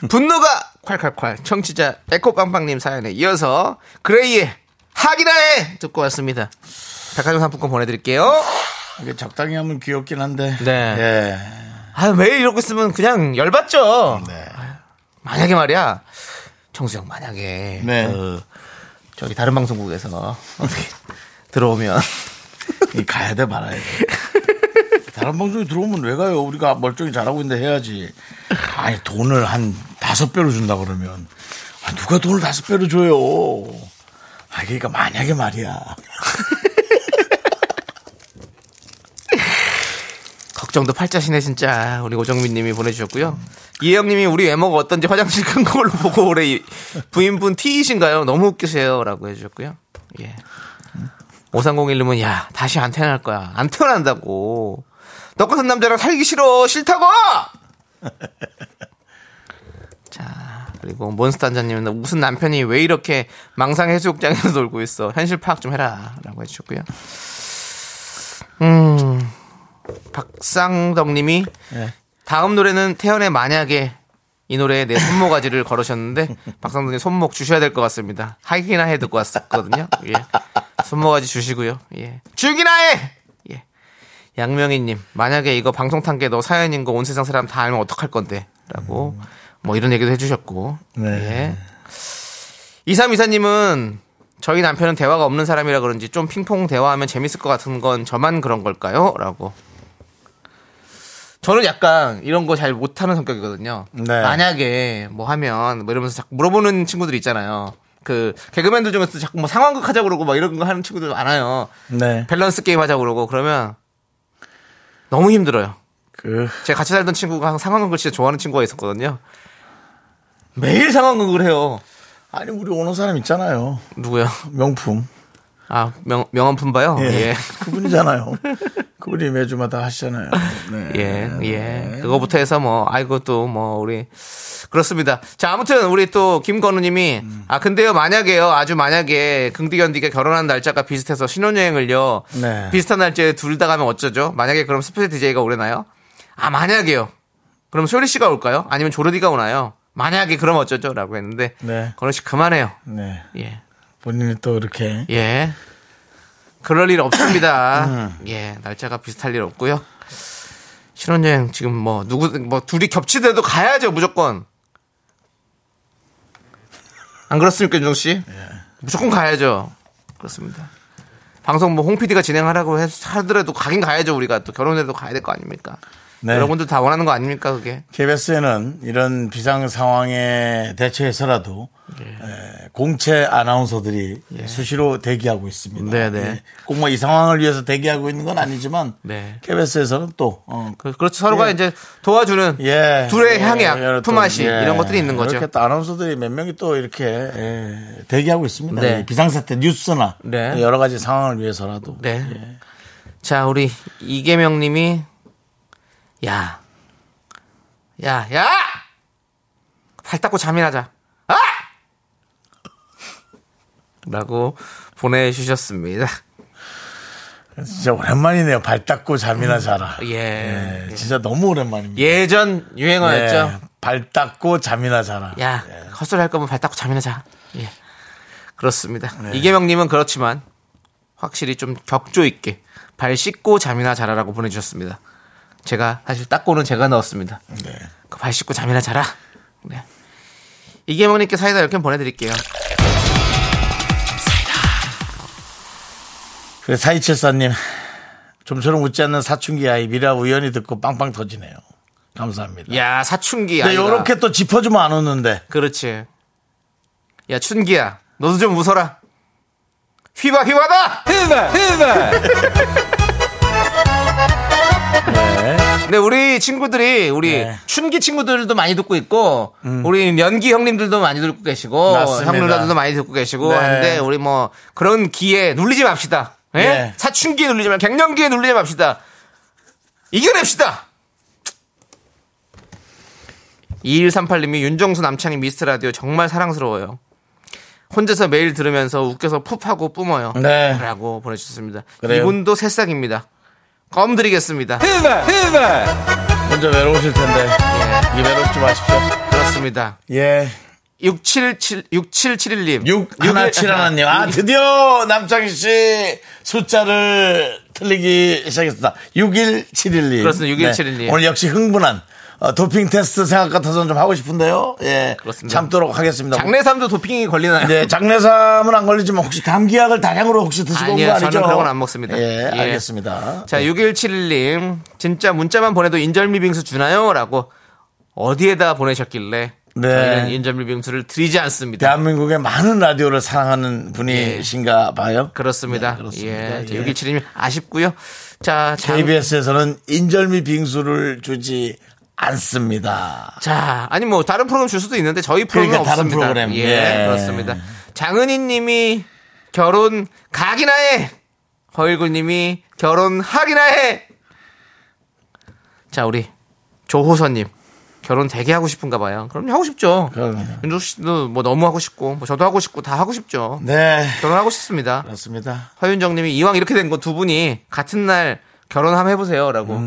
Speaker 2: 분노가 콸콸콸 청취자 에코빵빵님 사연에 이어서 그레이의 하기라에 듣고 왔습니다 백화점 상품권 보내드릴게요
Speaker 1: 이게 적당히 하면 귀엽긴 한데.
Speaker 2: 네.
Speaker 1: 예.
Speaker 2: 아 매일 이러고 있으면 그냥 열받죠
Speaker 1: 네.
Speaker 2: 만약에 말이야 청수형 만약에
Speaker 1: 네.
Speaker 2: 그 저기 다른 방송국에서 어떻게 들어오면
Speaker 1: 이 가야 돼 말아야 돼. 다른 방송에 들어오면 왜 가요? 우리가 멀쩡히 잘하고 있는데 해야지. 아니 돈을 한 다섯 배로 준다 그러면 아, 누가 돈을 다섯 배로 줘요? 아 그러니까 만약에 말이야.
Speaker 2: 걱정도 팔자시네 진짜 우리 오정민님이 보내주셨고요 이혜영님이 우리 외모가 어떤지 화장실 큰 거울로 보고 올해 이- 부인분 T이신가요? 너무 웃기세요라고 해주셨고요 예 5301님은 야 다시 안 태어날 거야 안 태어난다고 너 같은 남자랑 살기 싫어 싫다고 자 그리고 몬스터 한자님은 무슨 남편이 왜 이렇게 망상 해수욕장에서 놀고 있어 현실 파악 좀 해라라고 해주셨고요 음 박상덕님이 다음 노래는 태연의 만약에 이 노래에 내 손모가지를 걸으셨는데 박상덕님 손목 주셔야 될 것 같습니다. 하이기나 해 듣고 왔었거든요. 예. 손모가지 주시고요. 예. 죽이나 해. 예. 양명희님 만약에 이거 방송 탄 게 너 사연인 거 온 세상 사람 다 알면 어떡할 건데라고 뭐 이런 얘기도 해주셨고.
Speaker 1: 네.
Speaker 2: 예. 이삼 이사님은 저희 남편은 대화가 없는 사람이라 그런지 좀 핑퐁 대화하면 재밌을 것 같은 건 저만 그런 걸까요? 라고. 저는 약간 이런 거 잘 못하는 성격이거든요.
Speaker 1: 네.
Speaker 2: 만약에 뭐 하면 뭐 이러면서 자꾸 물어보는 친구들 있잖아요. 그 개그맨들 중에서도 자꾸 뭐 상황극 하자고 그러고 막 이런 거 하는 친구들 많아요.
Speaker 1: 네.
Speaker 2: 밸런스 게임 하자고 그러고 그러면 너무 힘들어요.
Speaker 1: 그
Speaker 2: 제가 같이 살던 친구가 상황극을 진짜 좋아하는 친구가 있었거든요. 매일 상황극을 해요.
Speaker 1: 아니 우리 오는 사람 있잖아요.
Speaker 2: 누구야?
Speaker 1: 명품.
Speaker 2: 아, 명, 명함 품바요? 예.
Speaker 1: 그분이잖아요. 그분이 매주마다 하시잖아요. 네.
Speaker 2: 예, 예. 그거부터 해서 뭐, 아이고 또 뭐, 우리. 그렇습니다. 자, 아무튼 우리 또 김건우님이,
Speaker 1: 음.
Speaker 2: 아, 근데요, 만약에요, 아주 만약에 긍디견디가 결혼한 날짜가 비슷해서 신혼여행을요,
Speaker 1: 네.
Speaker 2: 비슷한 날짜에 둘 다 가면 어쩌죠? 만약에 그럼 스페셜 DJ가 오려나요? 아, 만약에요. 그럼 쇼리 씨가 올까요? 아니면 조르디가 오나요? 만약에 그럼 어쩌죠? 라고 했는데,
Speaker 1: 네.
Speaker 2: 건우 씨 그만해요.
Speaker 1: 네.
Speaker 2: 예.
Speaker 1: 본인이 또 이렇게
Speaker 2: 예. 그럴 일 없습니다.
Speaker 1: 음.
Speaker 2: 예, 날짜가 비슷할 일 없고요. 신혼여행 지금 뭐 누구 뭐 둘이 겹치더라도 가야죠 무조건. 안 그렇습니까 윤정 씨?
Speaker 1: 예.
Speaker 2: 무조건 가야죠. 그렇습니다. 뭐 방송 뭐홍 PD가 진행하라고 해- 하더라도 가긴 가야죠 우리가 또 결혼해도 가야 될 거 아닙니까?
Speaker 1: 네.
Speaker 2: 여러분들 다 원하는 거 아닙니까 그게?
Speaker 1: KBS에는 이런 비상 상황에 대처해서라도
Speaker 2: 예.
Speaker 1: 에, 공채 아나운서들이 수시로 대기하고 있습니다.
Speaker 2: 네, 네.
Speaker 1: 꼭 뭐 이 상황을 위해서 대기하고 있는 건 아니지만
Speaker 2: 네.
Speaker 1: KBS에서는 또 어,
Speaker 2: 그, 그렇죠 서로가
Speaker 1: 예.
Speaker 2: 이제 도와주는
Speaker 1: 예.
Speaker 2: 둘의
Speaker 1: 예,
Speaker 2: 향약,
Speaker 1: 여러 또,
Speaker 2: 품앗이
Speaker 1: 예.
Speaker 2: 이런 것들이 있는 거죠.
Speaker 1: 이렇게 또 아나운서들이 몇 명이 또 이렇게 예, 대기하고 있습니다.
Speaker 2: 네.
Speaker 1: 이 비상사태 뉴스나
Speaker 2: 네.
Speaker 1: 여러 가지 상황을 위해서라도.
Speaker 2: 네. 자, 우리 이계명 님이 야. 야, 야! 발 닦고 잠이나자. 아! 라고 보내주셨습니다.
Speaker 1: 진짜 오랜만이네요. 발 닦고 잠이나 자라.
Speaker 2: 예.
Speaker 1: 예, 진짜 너무 오랜만입니다.
Speaker 2: 예전 유행어였죠.
Speaker 1: 네, 발 닦고 잠이나 자라.
Speaker 2: 야, 헛소리 할 거면 발 닦고 잠이나 자. 예. 그렇습니다.
Speaker 1: 네.
Speaker 2: 이계명 님은 그렇지만 확실히 좀 격조 있게 발 씻고 잠이나 자라라고 보내주셨습니다. 제가 사실 닦고는 제가 넣었습니다.
Speaker 1: 네.
Speaker 2: 그 발 씻고 잠이나 자라. 네. 이계명 님께 사이다 이렇게 보내드릴게요.
Speaker 1: 그래, 사이칠사님. 좀처럼 웃지 않는 사춘기 아이 미라 우연히 듣고 빵빵 터지네요. 감사합니다.
Speaker 2: 야, 사춘기
Speaker 1: 근데
Speaker 2: 아이가.
Speaker 1: 네, 요렇게 또 짚어주면 안 웃는데.
Speaker 2: 그렇지. 야, 춘기야. 너도 좀 웃어라. 휘바 휘바다. 휘바 휘바. 네. 근데 우리 친구들이 우리
Speaker 1: 네. 음.
Speaker 2: 춘기 친구들도 많이 듣고 있고 우리 연기 형님들도 많이 듣고 계시고
Speaker 1: 맞습니다.
Speaker 2: 형 누나들도 많이 듣고 계시고
Speaker 1: 네.
Speaker 2: 하는데 우리 뭐 그런 기에 눌리지 맙시다. 예?
Speaker 1: 네.
Speaker 2: 사춘기에 눌리지 말, 갱년기에 눌리지 맙시다. 이겨냅시다. 2138님이 윤정수 남창희 미스트 라디오 정말 사랑스러워요. 혼자서 매일 들으면서 웃겨서 푹하고 뿜어요.
Speaker 1: 네.
Speaker 2: 라고 보내주셨습니다.
Speaker 1: 그래요.
Speaker 2: 이분도 새싹입니다. 껌 드리겠습니다.
Speaker 1: 혼자 외로우실 텐데. 이 외롭지 마십시오.
Speaker 2: 그렇습니다.
Speaker 1: 예.
Speaker 2: 6777 6771님.
Speaker 1: 6 하나 7 하나님. 아 드디어 남창희 씨 숫자를 틀리기 시작했습니다. 61712.
Speaker 2: 그렇습니다. 6171 님.
Speaker 1: 오늘 역시 흥분한 어, 도핑 테스트 생각 같아서는 좀 하고 싶은데요. 예.
Speaker 2: 그렇습니다.
Speaker 1: 참도록 하겠습니다.
Speaker 2: 장례삼도 도핑이 걸리나요?
Speaker 1: 네, 장례삼은 안 걸리지만 혹시 감기약을 다량으로 혹시 드시고 온
Speaker 2: 아니요,
Speaker 1: 거 아니죠?
Speaker 2: 저는 그런 건안 먹습니다.
Speaker 1: 예,
Speaker 2: 예.
Speaker 1: 알겠습니다. 네.
Speaker 2: 자, 6171님. 진짜 문자만 보내도 인절미빙수 주나요? 라고 어디에다 보내셨길래
Speaker 1: 네.
Speaker 2: 저희는 인절미빙수를 드리지 않습니다.
Speaker 1: 대한민국의 많은 라디오를 사랑하는 분이신가 봐요.
Speaker 2: 예. 그렇습니다.
Speaker 1: 네, 그렇습니다.
Speaker 2: 예.
Speaker 1: 예.
Speaker 2: 6171님 아쉽고요. 자, 장-
Speaker 1: KBS에서는 인절미 빙수를 주지 않습니다.
Speaker 2: 자, 아니 뭐 다른 프로그램 줄 수도 있는데 저희 프로그램
Speaker 1: 그러니까 다른
Speaker 2: 없습니다.
Speaker 1: 프로그램.
Speaker 2: 예,
Speaker 1: 예.
Speaker 2: 그렇습니다. 장은희 님이 결혼 가기나 해. 허일구 님이 결혼하기나 해. 자, 우리 조호선 님. 결혼 되게 하고 싶은가 봐요. 그럼 하고 싶죠.
Speaker 1: 그럼요.
Speaker 2: 윤종 씨도 뭐 너무 하고 싶고 뭐 저도 하고 싶고 다 하고 싶죠.
Speaker 1: 네.
Speaker 2: 결혼하고 싶습니다.
Speaker 1: 그렇습니다.
Speaker 2: 허윤정 님이 이왕 이렇게 된 거 두 분이 같은 날 결혼 한번 해 보세요라고.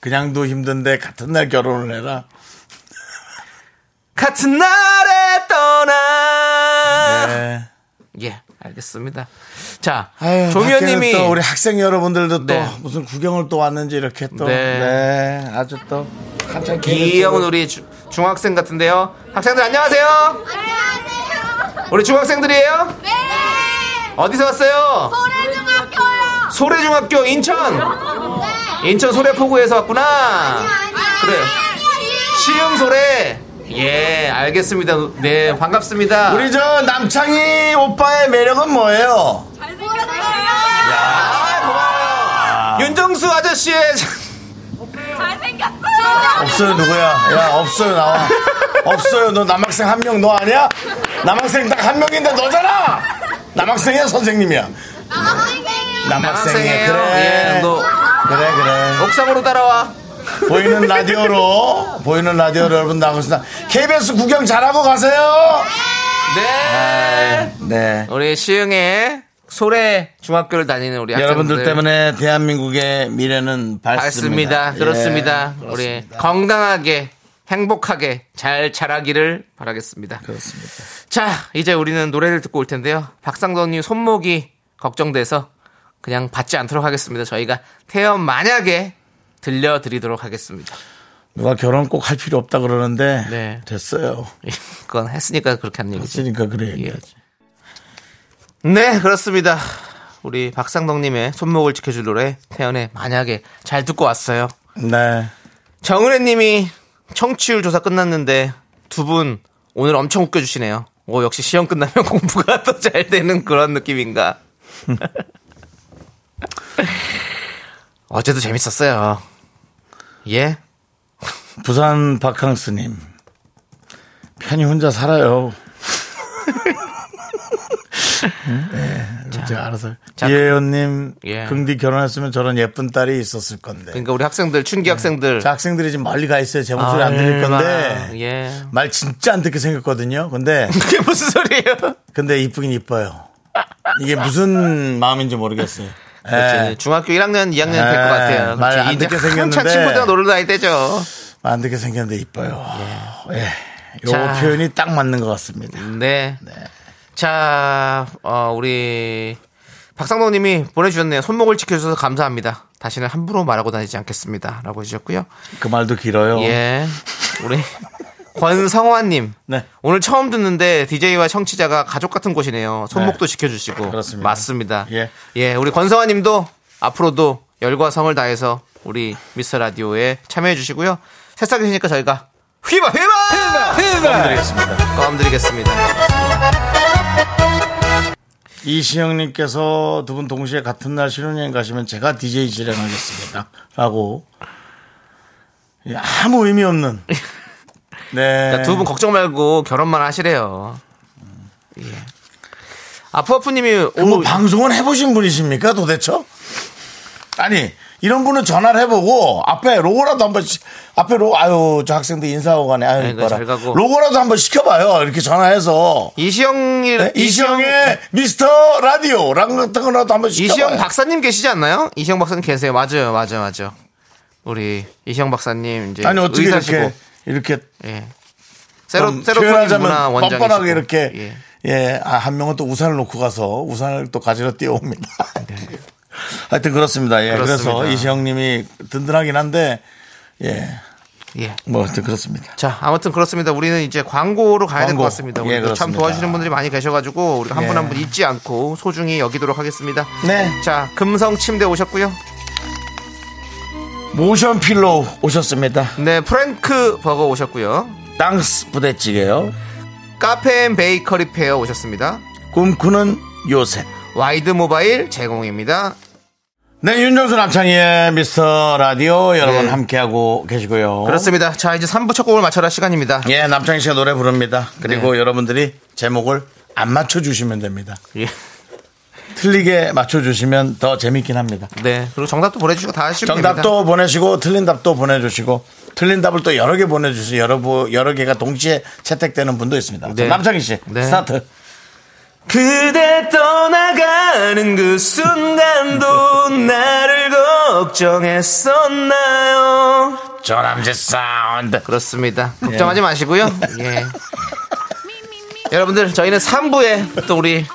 Speaker 1: 그냥도 힘든데 같은 날 결혼을 해라.
Speaker 2: 같은 날에 떠나.
Speaker 1: 네.
Speaker 2: 예, 알겠습니다. 자,
Speaker 1: 아유,
Speaker 2: 조미연님이
Speaker 1: 밖에는 또 우리 학생 여러분들도
Speaker 2: 네.
Speaker 1: 또 무슨 구경을 또 왔는지 이렇게 또
Speaker 2: 네.
Speaker 1: 네. 아주 또 한참
Speaker 2: 기영은 우리 주- 중학생 같은데요. 학생들 안녕하세요. 안녕하세요. 우리 중학생들이에요? 네. 어디서 왔어요?
Speaker 5: 소래중학교요.
Speaker 2: 소래중학교 인천. 인천 소래포구에서 왔구나. 그래요. 시흥 소래. 예, 알겠습니다. 네, 반갑습니다.
Speaker 1: 우리 저 남창희 오빠의 매력은 뭐예요?
Speaker 2: 아, 고마워요. 윤정수 아저씨의
Speaker 1: 없어요 누구야? 야 없어요 나와. 없어요 너 남학생 한 명 너 아니야? 남학생 딱 한 명인데 너잖아. 남학생이야 선생님이야. 남학생이야
Speaker 2: 남학생이에요.
Speaker 1: 그래.
Speaker 2: 예, 너
Speaker 1: 그래 그래.
Speaker 2: 옥상으로 따라와.
Speaker 1: 보이는 라디오로 보이는 라디오로 여러분 나오고 있습니다. KBS 구경 잘하고 가세요.
Speaker 2: 네.
Speaker 1: 네.
Speaker 2: 우리 시흥의 소래 중학교를 다니는 우리 학생들
Speaker 1: 네. 여러분들 때문에 대한민국의 미래는 밝습니다. 예,
Speaker 2: 맞습니다. 그렇습니다. 우리 건강하게 행복하게 잘 자라기를 바라겠습니다.
Speaker 1: 그렇습니다.
Speaker 2: 자, 이제 우리는 노래를 듣고 올 텐데요. 박상돈님 손목이 걱정돼서 그냥 받지 않도록 하겠습니다. 저희가 태연 만약에 들려드리도록 하겠습니다.
Speaker 1: 누가 결혼 꼭 할 필요 없다 그러는데
Speaker 2: 네.
Speaker 1: 됐어요.
Speaker 2: 그건 했으니까 그렇게 한 얘기지.
Speaker 1: 했으니까 그래.
Speaker 2: 예. 네, 그렇습니다. 우리 박상덕님의 손목을 지켜줄 노래 태연의 만약에 잘 듣고 왔어요.
Speaker 1: 네.
Speaker 2: 정은혜 님이 청취율 조사 끝났는데 두 분 오늘 엄청 웃겨주시네요. 오, 역시 시험 끝나면 공부가 더 잘 되는 그런 느낌인가. 어제도 재밌었어요. 예?
Speaker 1: 부산 바캉스님 편히 혼자 살아요. 네, 제가 알아서.
Speaker 2: 자,
Speaker 1: 이혜연님,
Speaker 2: 예.
Speaker 1: 긍디 결혼했으면 저런 예쁜 딸이 있었을 건데.
Speaker 2: 그러니까 우리 학생들, 춘기 학생들.
Speaker 1: 네. 자, 학생들이 지금 멀리 가 있어요. 제 목소리 안 들릴
Speaker 2: 아, 얼마나,
Speaker 1: 건데.
Speaker 2: 예.
Speaker 1: 말 진짜 안 듣게 생겼거든요. 근데,
Speaker 2: 그게 무슨 소리예요?
Speaker 1: 근데 이쁘긴 이뻐요. 이게 무슨 마음인지 모르겠어요. 예.
Speaker 2: 그렇지. 중학교 1학년, 2학년 될 것
Speaker 1: 예,
Speaker 2: 같아요.
Speaker 1: 말안
Speaker 2: 그렇지. 이제
Speaker 1: 듣게
Speaker 2: 한참
Speaker 1: 생겼는데.
Speaker 2: 친구들과 놀러 다닐 때죠.
Speaker 1: 안 듣게 생겼는데 이뻐요. 예. 요
Speaker 2: 자.
Speaker 1: 표현이 딱 맞는 것 같습니다.
Speaker 2: 네. 자, 어, 우리 박상동 님이 보내주셨네요. 손목을 지켜주셔서 감사합니다. 다시는 함부로 말하고 다니지 않겠습니다. 라고 해주셨고요.
Speaker 1: 그 말도 길어요.
Speaker 2: 예. 우리 권성환님.
Speaker 1: 네.
Speaker 2: 오늘 처음 듣는데 DJ와 청취자가 가족 같은 곳이네요. 손목도 지켜주시고.
Speaker 1: 그렇습니다.
Speaker 2: 맞습니다.
Speaker 1: 예.
Speaker 2: 우리 권성환님도 앞으로도 열과 성을 다해서 우리 미스터 라디오에 참여해주시고요. 새싹이 되니까 저희가 휘바 휘바 휘바 휘바 껌 드리겠습니다.
Speaker 1: 이시영님께서 두 분 동시에 같은 날 신혼여행 가시면 제가 DJ 진행하겠습니다. 라고. 예, 아무 의미 없는. 네.
Speaker 2: 두 분 걱정 말고 결혼만 하시래요. 예. 아프아프님이
Speaker 1: 그뭐 방송은 해보신 분이십니까 도대체? 아니, 이런 분은 전화를 해보고 앞에 로고라도 한번 시- 앞에 로고, 아유, 저 학생들 인사하고 가네. 아유,
Speaker 2: 아이고,
Speaker 1: 이봐라.
Speaker 2: 잘 가고.
Speaker 1: 로고라도 한번 시켜봐요. 이렇게 전화해서.
Speaker 2: 이시영이
Speaker 1: 네, 이시영의 미스터 라디오랑 같은 거라도 한번 시켜봐요.
Speaker 2: 이시영 박사님 계시지 않나요? 이시영 박사님 계세요. 맞아요, 맞아요, 맞아요. 우리 이시영 박사님 이제
Speaker 1: 아니, 어떻게
Speaker 2: 의사시고
Speaker 1: 이렇게, 이렇게
Speaker 2: 예.
Speaker 1: 좀
Speaker 2: 세로 세로토닌 문화
Speaker 1: 표현하자면
Speaker 2: 원장이시고
Speaker 1: 뻔뻔하게 이렇게
Speaker 2: 예.
Speaker 1: 예, 아, 한 명은 또 우산을 놓고 가서 우산을 또 가지러 뛰어옵니다. 하여튼 그렇습니다. 예, 그래서
Speaker 2: 네. 그렇습니다.
Speaker 1: 이시영님이 든든하긴 한데 예,
Speaker 2: 예.
Speaker 1: 뭐 하여튼 그렇습니다.
Speaker 2: 자, 아무튼 그렇습니다. 우리는 이제 광고로 가야 될
Speaker 1: 광고.
Speaker 2: 것 같습니다.
Speaker 1: 예,
Speaker 2: 우리 도참
Speaker 1: 그렇습니다.
Speaker 2: 도와주시는 분들이 많이 계셔가지고 우리가 한 분
Speaker 1: 예.
Speaker 2: 한 분 잊지 않고 소중히 여기도록 하겠습니다.
Speaker 1: 네,
Speaker 2: 자, 금성 침대 오셨고요.
Speaker 1: 모션 필로 오셨습니다.
Speaker 2: 네, 프랭크 버거 오셨고요.
Speaker 1: 땅스 부대찌개요.
Speaker 2: 카페인 베이커리 페어 오셨습니다.
Speaker 1: 꿈꾸는 요새.
Speaker 2: 와이드 모바일 제공입니다.
Speaker 1: 네, 윤정수 남창희의 미스터 라디오 여러분
Speaker 2: 네.
Speaker 1: 함께하고 계시고요.
Speaker 2: 그렇습니다. 자, 이제 3부 첫 곡을 맞춰라 시간입니다.
Speaker 1: 예, 남창희 씨가 노래 부릅니다. 그리고 여러분들이 제목을 안 맞춰주시면 됩니다.
Speaker 2: 예.
Speaker 1: 틀리게 맞춰주시면 더 재밌긴 합니다.
Speaker 2: 네. 그리고 정답도 보내주시고 다 하시면 됩니다.
Speaker 1: 정답도 보내시고 틀린 답도 보내주시고 틀린 답을 또 여러 개 보내주세요. 여러 부- 여러 개가 동시에 채택되는 분도 있습니다.
Speaker 2: 네.
Speaker 1: 남창희 씨
Speaker 2: 네.
Speaker 1: 스타트.
Speaker 2: 그대 떠나가는 그 순간도 나를 걱정했었나요?
Speaker 1: 조남지 사운드.
Speaker 2: 그렇습니다. 걱정하지 마시고요. 예. 여러분들 저희는 3부에 또 우리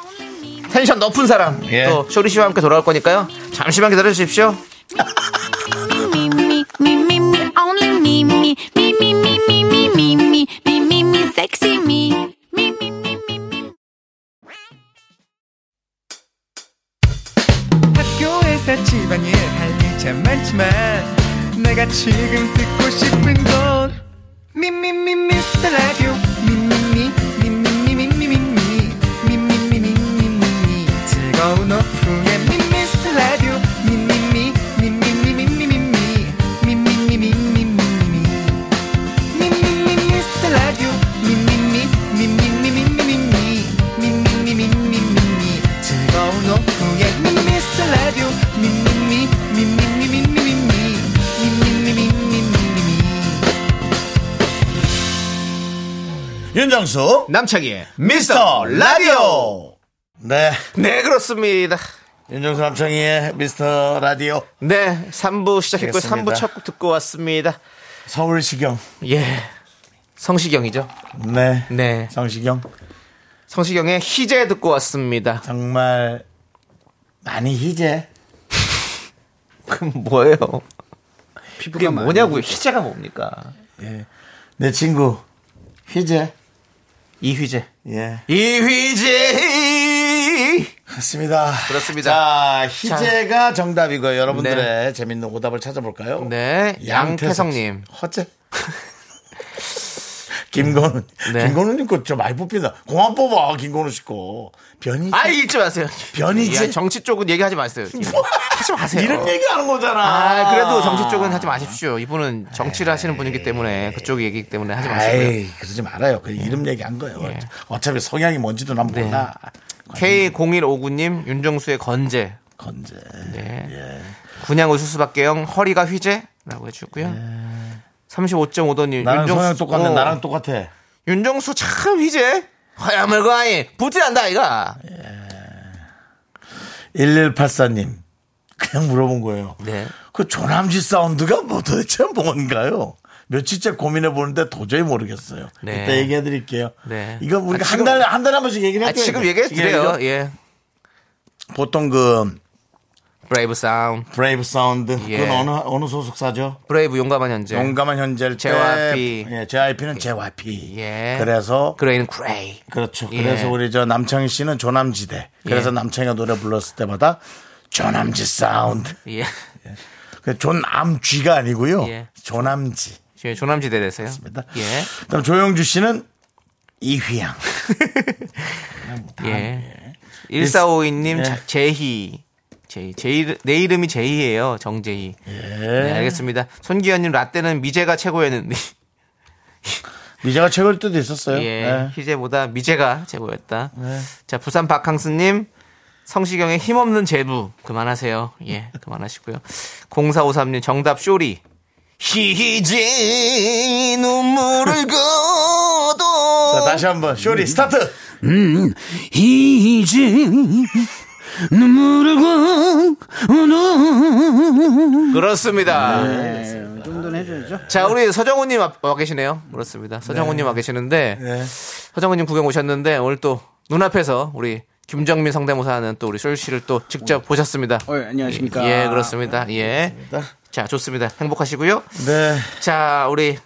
Speaker 2: 텐션 높은 사람
Speaker 1: 예.
Speaker 2: 또 쇼리 씨와 함께 돌아올 거니까요. 잠시만 기다려 주십시오.
Speaker 6: me, me, me, me, me, only me, me, me, me, me, me, me, me, me, me, me, me, sexy me, me, me, me, me, me.
Speaker 7: 학교에서 집안일 할 일 참 많지만 내가 지금 듣고 싶은 건 미미미 미스터 라디오 미미미 미미미 미미미 미미미 미미미 즐거운 오후에 미스터 라디오 미미미 미미미 미미미 미미미 미미미
Speaker 1: 윤정수
Speaker 2: 남창희의
Speaker 1: 미스터 라디오. 네,
Speaker 2: 네 그렇습니다.
Speaker 1: 윤정수 남창희의 미스터 라디오
Speaker 2: 네 3부 시작했고요.
Speaker 1: 알겠습니다.
Speaker 2: 3부 첫 곡 듣고 왔습니다.
Speaker 1: 서울 시경.
Speaker 2: 예 성시경이죠.
Speaker 1: 네,
Speaker 2: 네
Speaker 1: 성시경
Speaker 2: 성시경의 희재 듣고 왔습니다.
Speaker 1: 정말 많이 희재.
Speaker 2: 그럼 뭐예요? 그게 뭐냐고요? 희재가 뭡니까?
Speaker 1: 내 친구 희재.
Speaker 2: 이휘재.
Speaker 1: 예.
Speaker 2: 이휘재
Speaker 1: 그렇습니다.
Speaker 2: 그렇습니다.
Speaker 1: 자, 희재가 정답이고요. 여러분들의
Speaker 2: 네.
Speaker 1: 재밌는 오답을 찾아볼까요?
Speaker 2: 네, 양태성님.
Speaker 1: 허재? 김건우.
Speaker 2: 네.
Speaker 1: 김건우님 거저 많이 뽑힌다. 공안 뽑아, 김건우 씨 거. 변이.
Speaker 2: 아 읽지 마세요.
Speaker 1: 변이지?
Speaker 2: 야, 정치 쪽은 얘기하지 마세요. 뭐, 하지 마세요.
Speaker 1: 이런 얘기하는 거잖아.
Speaker 2: 아, 그래도 정치 쪽은 하지 마십시오. 이분은 정치를 하시는 분이기 때문에 그쪽 얘기기 때문에 하지 마시고요. 네.
Speaker 1: 에이, 그러지 말아요. 그 이름 얘기한 거예요. 어차피 성향이 뭔지도 난 몰라.
Speaker 2: K0159님 윤정수의 건재.
Speaker 1: 건재.
Speaker 2: 네.
Speaker 1: 예.
Speaker 2: 군양 웃을 수밖에 영 허리가 휘제라고 해주고요. 35.5도님
Speaker 1: 나랑 성향 똑같네.
Speaker 2: 어,
Speaker 1: 나랑 똑같아.
Speaker 2: 윤정수 참 휘제. 허야물고 아이 부지한다 아이가.
Speaker 1: 1184님. 그냥 물어본 거예요.
Speaker 2: 네.
Speaker 1: 그 조남지 사운드가 뭐 도대체 뭔가요? 며칠째 고민해 보는데 도저히 모르겠어요.
Speaker 2: 네.
Speaker 1: 그때 얘기해 드릴게요.
Speaker 2: 네.
Speaker 1: 이거 우리가
Speaker 2: 아,
Speaker 1: 한
Speaker 2: 지금-
Speaker 1: 달에 한 달에 한 번씩 얘기를
Speaker 2: 아,
Speaker 1: 해요.
Speaker 2: 지금 얘기해 드려요. 예.
Speaker 1: 보통 그
Speaker 2: 브레이브 사운드,
Speaker 1: 브레이브 사운드
Speaker 2: 예.
Speaker 1: 그건 어느 어느 소속사죠?
Speaker 2: 브레이브 용감한 현재.
Speaker 1: 용감한 현재일 때
Speaker 2: JYP.
Speaker 1: 예, JYP는 JYP.
Speaker 2: 예.
Speaker 1: 그래서
Speaker 2: 그레이는 그레이.
Speaker 1: 그렇죠.
Speaker 2: 예.
Speaker 1: 그래서 우리 저 남창희 씨는 조남지대. 그래서
Speaker 2: 예.
Speaker 1: 남창희가 노래 불렀을 때마다 조남지 사운드.
Speaker 2: 예.
Speaker 1: 그 존암쥐가 아니고요.
Speaker 2: 예.
Speaker 1: 조남지.
Speaker 2: 예, 조남지대 되세요.
Speaker 1: 맞습니다.
Speaker 2: 예.
Speaker 1: 그다음 조영주 씨는 이휘양.
Speaker 2: 예. 1452님,
Speaker 1: 예.
Speaker 2: 자- 제희. 제희. 제 이름, 내 이름이 제희예요. 정제희. 네, 알겠습니다. 손기현님, 라떼는 미제가 최고였는데.
Speaker 1: 미자가 최고일 때도 있었어요.
Speaker 2: 예.
Speaker 1: 네.
Speaker 2: 희재보다 미제가 최고였다. 자, 부산 박항스님, 성시경의 힘없는 제부. 그만하세요. 예, 그만하시고요. 0453님, 정답 쇼리. 희희제 눈물을 거둬.
Speaker 1: 자, 다시 한번 쇼리 스타트.
Speaker 8: 이제 눈물을 고노
Speaker 2: 그렇습니다.
Speaker 8: 정도는 네, 해줘야죠.
Speaker 2: 네, 자, 우리 서정훈님 앞- 와 계시네요. 그렇습니다. 서정훈님 와 계시는데,
Speaker 8: 네.
Speaker 2: 서정훈님 구경 오셨는데, 오늘 또 눈앞에서 우리 김정민 성대모사 하는 또 우리 쇼리 씨를 또 직접 보셨습니다.
Speaker 8: 어, 안녕하십니까.
Speaker 2: 예, 그렇습니다. 예. 자, 좋습니다. 행복하시고요.
Speaker 1: 네.
Speaker 2: 자, 우리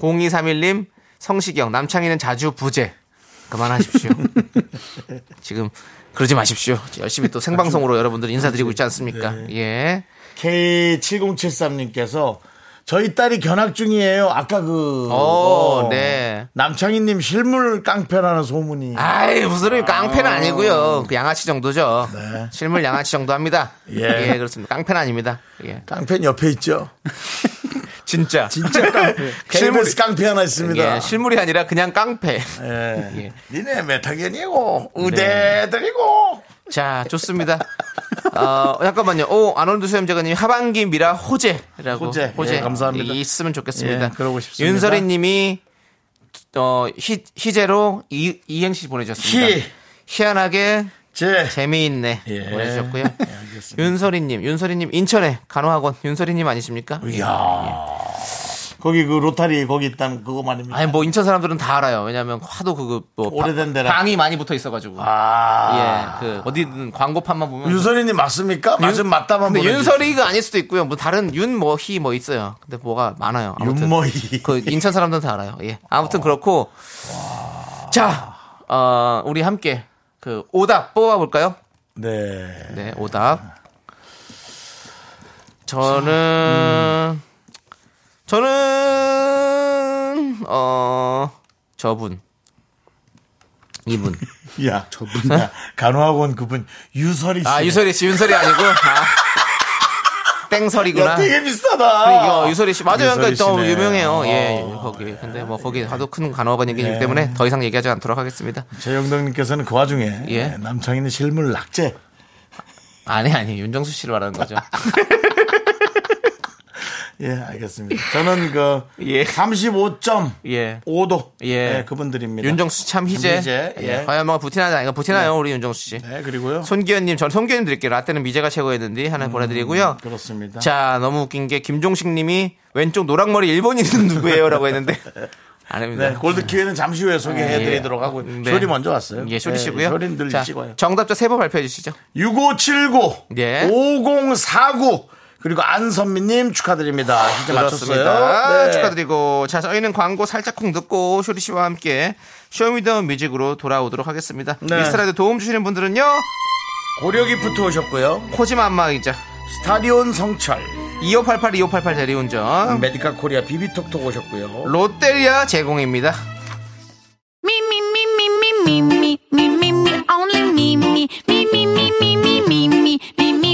Speaker 2: 0231님, 성시경, 남창희는 자주 부재. 그만하십시오. 지금 그러지 마십시오. 열심히 또 생방송으로 여러분들 인사드리고 있지 않습니까?
Speaker 8: 네.
Speaker 2: 예.
Speaker 1: K7073님께서 저희 딸이 견학 중이에요. 아까 그
Speaker 2: 오, 어, 네.
Speaker 1: 남창희님 실물 깡패라는 소문이
Speaker 2: 아이 무슨 소리, 깡패는 아니고요. 그 양아치 정도죠. 실물 양아치 정도 합니다.
Speaker 1: 네. 예.
Speaker 2: 예, 그렇습니다. 깡패는 아닙니다. 예.
Speaker 1: 깡패는 옆에 있죠.
Speaker 2: 진짜.
Speaker 1: 진짜 깡패.
Speaker 2: 실물이-
Speaker 1: KBS 깡패 하나 있습니다.
Speaker 2: 예, 실물이 아니라 그냥 깡패.
Speaker 1: 예.
Speaker 2: 예.
Speaker 1: 니네 메타겐이고 의대들이고
Speaker 2: 자, 좋습니다. 어, 잠깐만요. 오, 아놀드 수염재가님 하반기 미라 호재라고.
Speaker 1: 호재. 예, 감사합니다.
Speaker 2: 있으면 좋겠습니다.
Speaker 1: 예, 그러고 싶습니다.
Speaker 2: 윤설이 님이, 어, 희, 희재로 이, 이행시 보내주셨습니다.
Speaker 1: 희.
Speaker 2: 희한하게
Speaker 1: 제
Speaker 2: 재미있네.
Speaker 1: 예.
Speaker 2: 보내주셨고요. 윤설이 님, 윤설이 님, 인천에 간호학원 윤설이 님 아니십니까?
Speaker 1: 예. 이야 거기 그 로타리 거기 있다는 그거 말입니다.
Speaker 2: 아니, 뭐 인천 사람들은 다 알아요. 왜냐면 하도 그거 뭐. 방-
Speaker 1: 오래된 데라.
Speaker 2: 방이 많이 붙어 있어가지고.
Speaker 1: 아.
Speaker 2: 예, 그, 어디든 광고판만 보면.
Speaker 1: 윤설이님 맞습니까? 맞은 맞다만
Speaker 2: 근데
Speaker 1: 보내주세요.
Speaker 2: 윤설이가 아닐 수도 있고요. 뭐 다른 윤뭐 희 뭐 있어요. 근데 뭐가 많아요. 아무튼
Speaker 1: 윤머희.
Speaker 2: 그 인천 사람들은 다 알아요. 예. 아무튼 그렇고 자, 어, 우리 함께 그 오답 뽑아 볼까요?
Speaker 1: 네.
Speaker 2: 네, 오답. 저는 저는 어 저분 이분
Speaker 1: 야, 저분 야, 간호학원 그분 유설이 씨.
Speaker 2: 아 유설이 씨 윤설이 아니고 아, 땡설이구나.
Speaker 1: 야, 되게 비슷하다.
Speaker 2: 이거 유설이 씨 맞아요. 그러니까
Speaker 1: 유설이
Speaker 2: 또
Speaker 1: 씨네.
Speaker 2: 유명해요. 예,
Speaker 1: 어.
Speaker 2: 거기. 근데 뭐 거기 하도 큰 간호학원이기 때문에 더 이상 얘기하지 않도록 하겠습니다.
Speaker 1: 최영덕님께서는 그 와중에
Speaker 2: 예.
Speaker 1: 네, 남창희는 실물 낙제.
Speaker 2: 아니 아니 윤정수 씨를 말하는 거죠.
Speaker 1: 예, 알겠습니다. 저는 그
Speaker 2: 예.
Speaker 1: 35.5도
Speaker 2: 예.
Speaker 1: 예.
Speaker 2: 예.
Speaker 1: 그분들입니다.
Speaker 2: 윤정수 씨 참 희재.
Speaker 1: 희재, 예.
Speaker 2: 예. 과연 뭐 부티나지 아니가 부티나요 우리 윤정수 씨.
Speaker 1: 네, 그리고요.
Speaker 2: 어. 손기현님 전 손기현님 드릴게요. 라떼는 미제가 최고였는데 하나 보내드리고요.
Speaker 1: 음, 그렇습니다.
Speaker 2: 자 너무 웃긴 게 김종식님이 왼쪽 노랑머리 일본인은 누구예요?라고 했는데 아닙니다.
Speaker 1: 네, 골드 기회는 잠시 후에 소개해 드리도록 하고
Speaker 2: 네.
Speaker 1: 쇼리 먼저 왔어요.
Speaker 2: 예, 쇼리
Speaker 1: 네,
Speaker 2: 씨고요.
Speaker 1: 쇼리들
Speaker 2: 자,
Speaker 1: 찍어요.
Speaker 2: 정답자 세 번 발표해 주시죠.
Speaker 1: 6579,
Speaker 2: 예.
Speaker 1: 5049 그리고 안선미님 축하드립니다. 이제
Speaker 2: 그렇습니다. 아,
Speaker 1: 맞췄어요. 네.
Speaker 2: 축하드리고 자 저희는 광고 살짝 콩 듣고 쇼리 씨와 함께 쇼미더 뮤직으로 돌아오도록 하겠습니다.
Speaker 1: 네.
Speaker 2: 미스터라드 도움 주시는 분들은요.
Speaker 1: 고려기프트 오셨고요.
Speaker 2: 코지마 안마의자
Speaker 1: 스타디온 성철.
Speaker 2: 2588 2588 대리운전
Speaker 1: 메디카 코리아 비비톡톡 오셨고요.
Speaker 2: 롯데리아 제공입니다.
Speaker 6: Me, me, me, me, me, me, me, me, me, me, only me, me, me, me, me, me, me, me, me, me, me,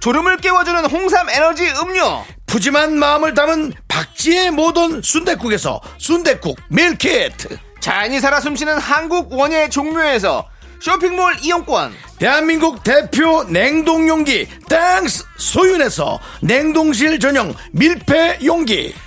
Speaker 2: 졸음을 깨워주는 홍삼 에너지 음료
Speaker 1: 푸짐한 마음을 담은 박지의 모던 순댓국에서 순댓국 밀키트
Speaker 2: 자연이 살아 숨쉬는 한국 원예 종묘에서 쇼핑몰 이용권
Speaker 1: 대한민국 대표 냉동용기 땡스 소윤에서 냉동실 전용 밀폐용기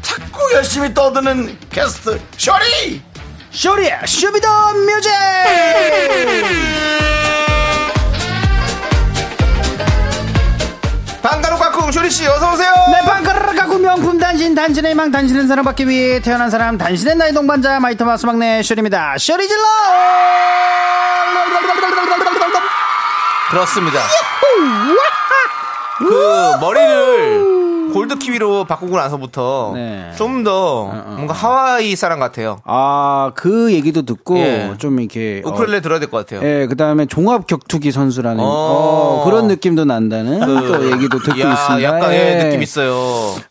Speaker 1: 자꾸 열심히 떠드는 게스트 쇼리
Speaker 8: 쇼리의 쇼비더 뮤직!
Speaker 2: 방가루 꽉쿵 쇼리씨 어서오세요
Speaker 8: 내 방가락 가구 네, 명품 단신, 단신의 희망, 단신은 사랑받기 위해 태어난 사람, 단신의 나의 동반자, 마이터 마스 막내 쇼리입니다. 쇼리 질러!
Speaker 2: 그렇습니다 그 머리를 골드키위로 바꾸고 나서부터
Speaker 8: 네.
Speaker 2: 좀 더 뭔가 하와이 사람 같아요
Speaker 8: 아, 그 얘기도 듣고,
Speaker 2: 예.
Speaker 8: 좀 이렇게. 어,
Speaker 2: 우쿨렐레 들어야 될 것 같아요
Speaker 8: 예, 그 다음에 종합 격투기 선수라는
Speaker 2: 어. 그,
Speaker 8: 어, 그런 느낌도 난다는 또 얘기도 듣고
Speaker 2: 야,
Speaker 8: 있습니다.
Speaker 2: 약간의
Speaker 8: 예.
Speaker 2: 느낌 있어요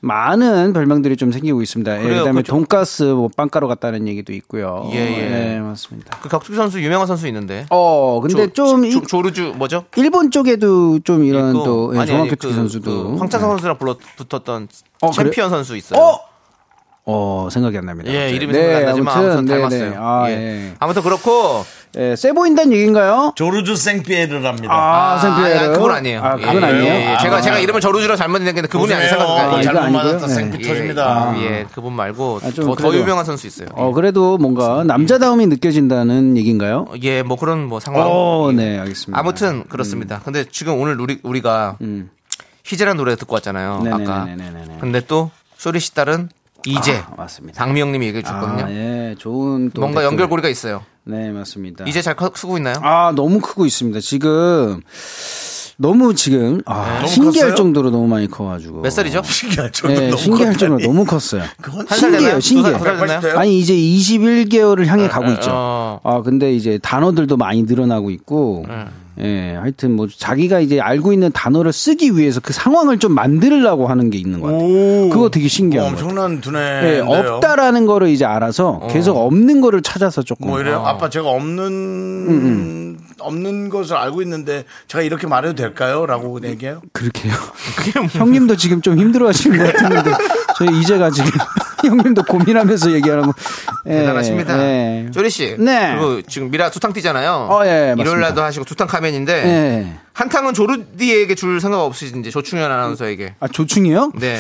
Speaker 8: 많은 별명들이 좀 생기고 있습니다. 예,
Speaker 2: 그래요,
Speaker 8: 그다음에
Speaker 2: 그죠.
Speaker 8: 돈가스 뭐 빵가루 같다는 얘기도 있고요.
Speaker 2: 예, 예.
Speaker 8: 예, 맞습니다.
Speaker 2: 그 격투기 선수 유명한 선수 있는데
Speaker 8: 어, 근데
Speaker 2: 조-
Speaker 8: 좀
Speaker 2: 조-
Speaker 8: 이-
Speaker 2: 조르주 뭐죠?
Speaker 8: 일본 쪽에도 좀 이런 또 예,
Speaker 2: 아니, 아니,
Speaker 8: 종합격투기
Speaker 2: 그-
Speaker 8: 선수도 네.
Speaker 2: 그 황찬성 선수랑 불러 붙었던
Speaker 8: 어,
Speaker 2: 챔피언
Speaker 8: 그래요?
Speaker 2: 선수 있어요.
Speaker 8: 어, 어, 생각이 안 납니다.
Speaker 2: 예,
Speaker 8: 갑자기.
Speaker 2: 이름이 생각이 안 나지만 아무튼
Speaker 8: 네,
Speaker 2: 닮았어요.
Speaker 8: 네. 아,
Speaker 2: 예.
Speaker 8: 예.
Speaker 2: 아무튼 그렇고
Speaker 8: 예, 세 보인다는 얘기인가요?
Speaker 1: 조르주 생피에르랍니다
Speaker 8: 아, 생피에르.
Speaker 2: 아, 그건 아니에요.
Speaker 8: 아,
Speaker 2: 예,
Speaker 8: 그건
Speaker 2: 예,
Speaker 8: 아니에요.
Speaker 2: 예, 예. 제가 제가 이름을 저루주라 잘못 냈는데 그분이 아니 생각나요.
Speaker 8: 아,
Speaker 2: 예.
Speaker 8: 이거
Speaker 1: 어, 잘못
Speaker 8: 아니고요?
Speaker 1: 맞았다
Speaker 8: 네.
Speaker 1: 생피터입니다
Speaker 2: 예, 예, 그분 말고
Speaker 8: 아,
Speaker 2: 더,
Speaker 8: 좀
Speaker 2: 더
Speaker 8: 그래도-
Speaker 2: 유명한 선수 있어요.
Speaker 8: 어, 그래도 뭔가 남자다움이 느껴진다는 얘기인가요?
Speaker 2: 예, 뭐 그런 뭐 상황.
Speaker 8: 어, 네, 알겠습니다.
Speaker 2: 아무튼 그렇습니다. 근데 지금 오늘 우리 우리가 희재란 노래 듣고 왔잖아요. 아까.
Speaker 8: 음. 네네네네네네.
Speaker 2: 근데 또 쇼리 씨 딸은 이제
Speaker 8: 아, 맞습니다.
Speaker 2: 장미영님이 얘기해 줬거든요.
Speaker 8: 아, 예, 좋은 또
Speaker 2: 뭔가
Speaker 8: 댓글.
Speaker 2: 연결고리가 있어요.
Speaker 8: 네, 맞습니다.
Speaker 2: 이제 잘 커- 크고 있나요?
Speaker 8: 아 너무 크고 있습니다. 지금 너무 지금 아, 신기할
Speaker 1: 컸어요?
Speaker 8: 정도로 너무 많이 커가지고
Speaker 2: 몇 살이죠?
Speaker 1: 신기할 정도로
Speaker 8: 네,
Speaker 1: 너무
Speaker 8: 신기할
Speaker 1: 컸다니.
Speaker 8: 정도로 너무 컸어요.
Speaker 2: 한 살 되나요?
Speaker 1: 아,
Speaker 8: 신기해요, 신기해요.
Speaker 2: 두살 되나요?
Speaker 8: 아니 이제 21개월을 향해 가고 있죠.
Speaker 2: 어.
Speaker 8: 아 근데 이제 단어들도 많이 늘어나고 있고, 예, 하여튼 뭐 자기가 이제 알고 있는 단어를 쓰기 위해서 그 상황을 좀 만들려고 하는 게 있는 것 같아요. 그거 되게
Speaker 1: 어,
Speaker 8: 신기한 거예요.
Speaker 1: 엄청난
Speaker 8: 예,
Speaker 1: 두뇌인데요.
Speaker 8: 없다라는 거를 이제 알아서 계속 없는 거를 찾아서 조금
Speaker 1: 뭐 이래요? 아빠 제가 없는
Speaker 8: 음,
Speaker 1: 없는 것을 알고 있는데 제가 이렇게 말해도 될까요? 라고 얘기해요.
Speaker 8: 그렇게요. 형님도 지금 좀 힘들어하시는 것 같은데 저희 이제가 지금 형님도 고민하면서 얘기하는 거 예,
Speaker 2: 대단하십니다.
Speaker 8: 예.
Speaker 2: 쪼리 씨.
Speaker 8: 네.
Speaker 2: 그리고 지금 미라 두탕 뛰잖아요.
Speaker 8: 어, 예, 맞습니다.
Speaker 2: 일요일날도 하시고 두탕 카멘인데
Speaker 8: 예.
Speaker 2: 한 탕은 조르디에게 줄 생각 없으신지 조충현 아나운서에게.
Speaker 8: 아 조충이요?
Speaker 2: 네.